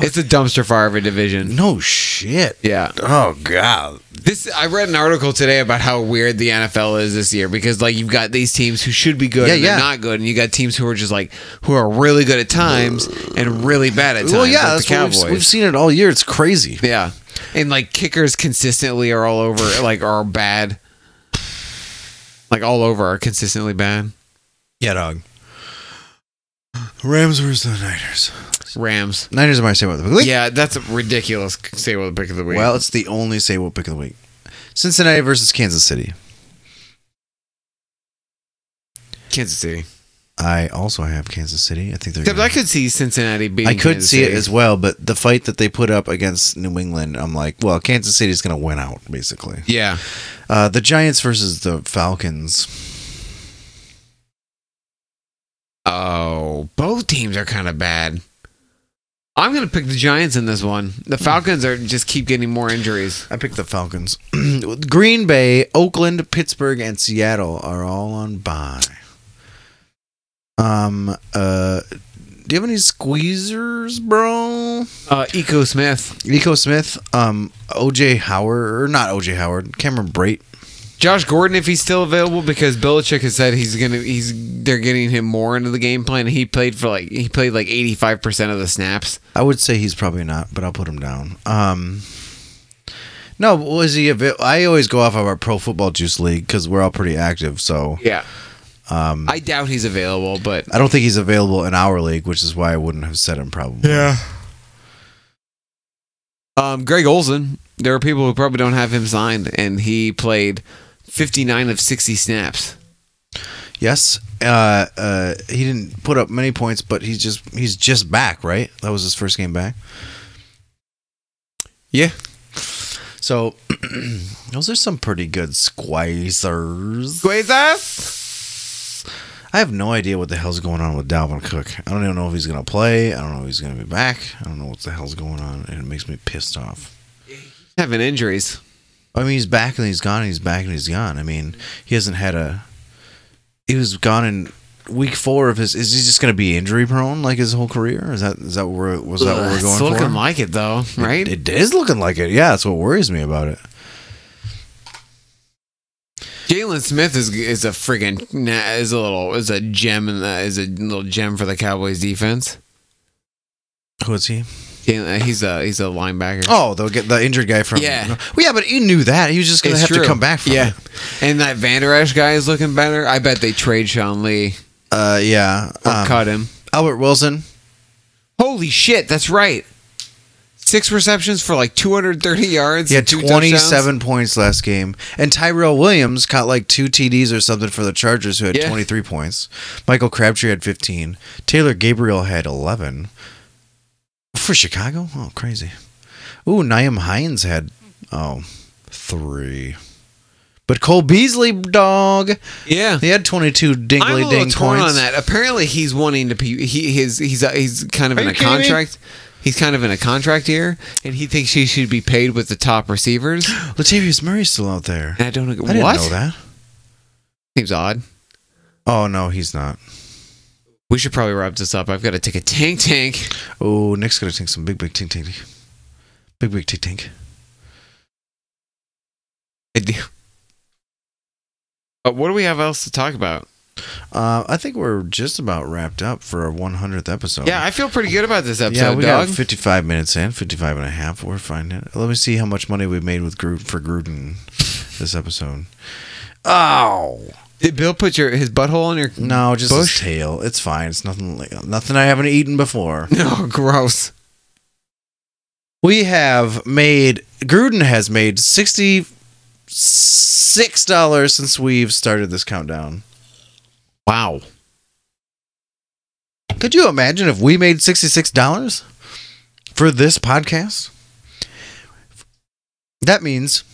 B: It's a dumpster fire of a division.
A: No shit.
B: Yeah,
A: Oh god.
B: this I read an article today about how weird the NFL is this year because like you've got these teams who should be good
A: Yeah,
B: and they're
A: yeah.
B: not good, and you got teams who are just like who are really good at times and really bad at times.
A: well,
B: like
A: yeah, that's
B: the
A: what
B: Cowboys.
A: we've, we've seen it all year. It's crazy.
B: Yeah. And like kickers consistently are all over like are bad. Like all over are consistently bad.
A: Yeah, dog. Rams versus the Niners.
B: Rams.
A: Niners are my say what pick of the week.
B: Yeah, that's a ridiculous say well the pick of the week.
A: Well, it's the only say what pick of the week. Cincinnati versus Kansas City.
B: Kansas City.
A: I also have Kansas City. I think they're.
B: Except
A: gonna-
B: I could see Cincinnati beating
A: I could
B: Kansas
A: see it
B: City.
A: as well, but the fight that they put up against New England, I'm like, well, Kansas City's going to win out, basically.
B: Yeah.
A: Uh, the Giants versus the Falcons.
B: Oh, both teams are kind of bad. I'm going to pick the Giants in this one. The Falcons are just keep getting more injuries.
A: I picked the Falcons. Green Bay, Oakland, Pittsburgh, and Seattle are all on bye. Um. Uh. Do you have any squeezers, bro?
B: Uh Eco Smith,
A: Nico Smith, um, OJ Howard, or not OJ Howard, Cameron Brate.
B: Josh Gordon if he's still available because Belichick has said he's gonna he's they're getting him more into the game plan. He played for like he played like eighty five percent of the snaps.
A: I would say he's probably not, but I'll put him down. Um, no, was he? Avail- I always go off of our Pro Football Juice League because we're all pretty active. So
B: Yeah. Um, I doubt he's available, but
A: I don't think he's available in our league, which is why I wouldn't have said him probably.
B: um, Greg Olson. There are people who probably don't have him signed, and he played fifty nine of sixty snaps.
A: Yes. Uh, uh, he didn't put up many points, but he's just he's just back, right? That was his first game back.
B: Yeah.
A: So those are some pretty good squeezers. I have no idea what the hell's going on with Dalvin Cook. I don't even know if he's gonna play. I don't know if he's gonna be back. I don't know what the hell's going on, and it makes me pissed off.
B: having injuries.
A: I mean, he's back and he's gone. And he's back and he's gone. I mean, he hasn't had a. He was gone in week four of his. Is he just gonna be injury prone like his whole career? Is that is that where was that what we're
B: Ugh,
A: going
B: it's
A: for?
B: looking like it though, right?
A: It is looking like it. Yeah, that's what worries me about it.
B: Jalen Smith is is a friggin' nah, is a little is a gem in the, is a little gem for the Cowboys defense.
A: Who is he?
B: Jalen, he's a he's a linebacker.
A: Oh, they'll get the injured guy from.
B: Yeah.
A: Well, yeah, but he knew that. He was just gonna
B: It's
A: have
B: true.
A: to come back from.
B: yeah.
A: it.
B: And that Vander Esch guy is looking better. I bet they trade Sean Lee
A: Uh, yeah.
B: or
A: Um,
B: cut him.
A: Albert Wilson.
B: Holy shit, that's right. Six receptions for like 230 yards.
A: He had
B: and two
A: 27 points last game. And Tyrell Williams caught like two TDs or something for the Chargers, who had
B: Yeah.
A: 23 points. Michael Crabtree had 15. Taylor Gabriel had 11. for Chicago? Oh, crazy. Ooh, Naeem Hines had oh three, but Cole Beasley, dog,
B: Yeah.
A: he had
B: I'm
A: twenty-two
B: a
A: dingly
B: little
A: ding
B: torn
A: points.
B: on that. Apparently, he's wanting to. Be, he his he's uh, he's kind of
C: Are
B: in
C: you
B: a
C: kidding me?
B: contract. He's kind of in a contract here, and he thinks he should be paid with the top receivers.
A: Latavius Murray's still out there.
B: And I don't know
A: I didn't
B: what
A: know that.
B: seems odd.
A: Oh no, he's not.
B: We should probably wrap this up. I've got to take a tank tank.
A: Oh, Nick's gonna take some big, big tink, tink, tink. big, big tink, tink.
B: I do. Uh, what do we have else to talk about?
A: Uh, I think we're just about wrapped up for our 100th episode.
B: Yeah, I feel pretty good about this episode,
A: Oh. yeah, we
B: dog.
A: got 55 minutes in, 55 and a half. We're fine. now. Let me see how much money we made with Gruden for Gruden this episode. Oh
B: Did Bill put your his butthole in your?
A: no, just
B: Bush?
A: his tail. It's fine. It's nothing. like- Nothing I haven't eaten before.
B: No, gross.
A: We have made Gruden has made sixty six dollars since we've started this countdown.
B: Wow.
A: Could you imagine if we made $66 for this podcast? That means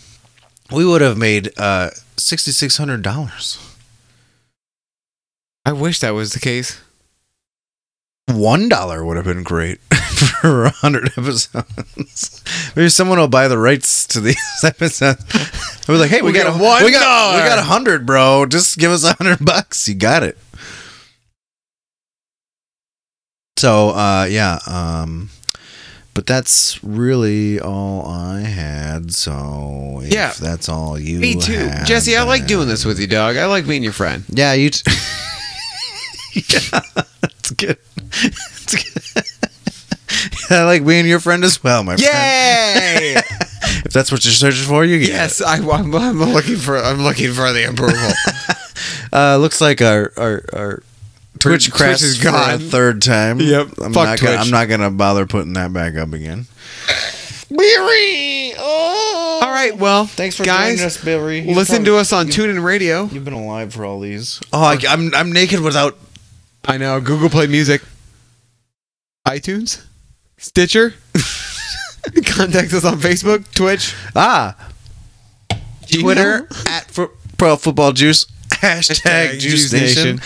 A: we would have made uh, $6,600.
B: I wish that was the case.
A: $1 would have been great for 100 episodes. Maybe someone will buy the rights to these episodes. We're like, hey, we,
B: We
A: got,
B: got
A: a one we got
B: $1.
A: we got a hundred, bro. Just give us a hundred bucks. You got it. So uh, yeah, um, but that's really all I had. So if
B: Yeah.
A: that's all you.
B: Me too,
A: had,
B: Jesse. I like
A: then-
B: doing this with you, dog. I like being your friend.
A: Yeah, you. T- yeah, that's good. That's good. I like being your friend as well, my friend.
B: Yay!
A: If that's what you're searching for, you get it.
B: yes, I, am I'm looking for I'm looking for the approval.
A: Uh, looks like our our, our Twitch, crashed
B: is
A: for a
B: gone.
A: third time.
B: Yep. Fuck
A: I'm not gonna,
B: Twitch.
A: I'm not gonna bother putting that back up again.
B: All right, well,
A: Oh, Thanks for
B: guys.
A: joining us, Billy. You've
B: Listen
A: probably-
B: to us on TuneIn Radio.
A: You've been alive for all these. Oh, I, am I'm naked without.
B: I know Google Play Music, iTunes, Stitcher. Contact us on Facebook, Twitch,
A: Ah, Twitter at fo- Pro Football Juice hashtag Juice Nation.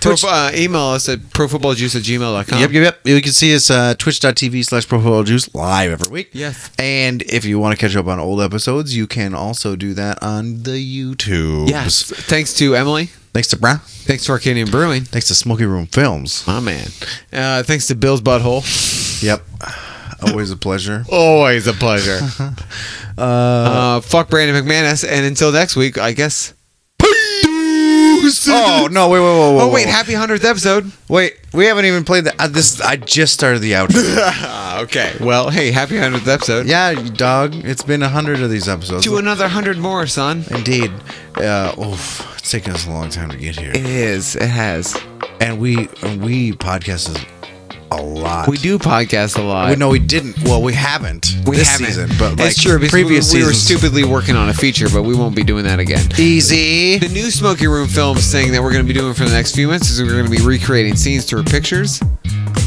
B: Pro,
A: Twitch-
B: uh, email us at profootballjuice at gmail.com.
A: Yep, yep, yep. You can see us uh, twitch.tv slash Pro Football Juice live every week.
B: Yes.
A: And if you want to catch up on old episodes, you can also do that on the YouTube.
B: Yes. Thanks to Emily.
A: Thanks to Brown.
B: Thanks to Arcadian Brewing.
A: Thanks to Smoky Room Films.
B: My man. Uh, thanks to Bill's Butthole.
A: Yep. Always a pleasure.
B: Oh, Always a pleasure. Uh, fuck Brandon McManus, and until next week, I guess. Peace.
A: Oh
B: Oh,
A: no! Wait, wait, wait, wait.
B: oh wait,
A: wait.
B: happy hundredth episode.
A: wait, we haven't even played the. Uh, this I just started the outro.
B: okay. Well, hey, happy hundredth episode.
A: yeah, you dog. It's been a hundred of these episodes.
B: To another hundred more, son.
A: Indeed. Uh, oof, it's taken us a long time to get here,
B: It is. It has.
A: and we and we podcast is a lot.
B: We do podcast a lot.
A: We no, we didn't. Well, we haven't.
B: We
A: this
B: haven't.
A: season, but like
B: it's true. because
A: previous
B: we, we were
A: seasons.
B: stupidly working on a feature, but we won't be doing that again.
A: Easy.
B: The new Smoky Room Films thing that we're going to be doing for the next few months is we're going to be recreating scenes through pictures.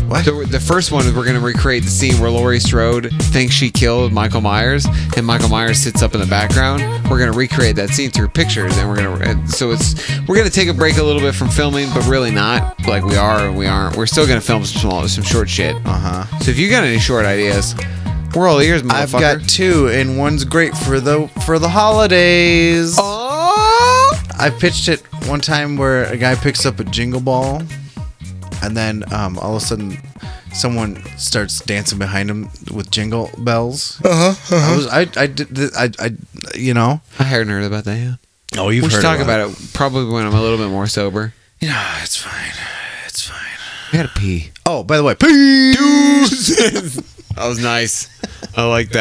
A: What?
B: So the first one is we're going to recreate the scene where Laurie Strode thinks she killed Michael Myers, and Michael Myers sits up in the background. We're going to recreate that scene through pictures, and we're going to. And so it's we're going to take a break a little bit from filming, but really not like we are and we aren't. We're still going to film some small, some short shit.
A: Uh huh.
B: So if you got any short ideas, we're all ears, motherfucker.
A: I've got two, and one's great for the for the holidays.
B: Oh!
A: I pitched it one time where a guy picks up a jingle ball, and then um, all of a sudden, someone starts dancing behind him with jingle bells. Uh-huh, I was, I, I did, th- I, I, you know.
B: I hadn't heard about that. Yeah.
A: Oh, you've
B: we should talk about it probably when I'm a little bit more sober.
A: it. Yeah, it's fine. It's fine.
B: I gotta pee.
A: Oh, by the way, peace.
B: that was nice. I like that.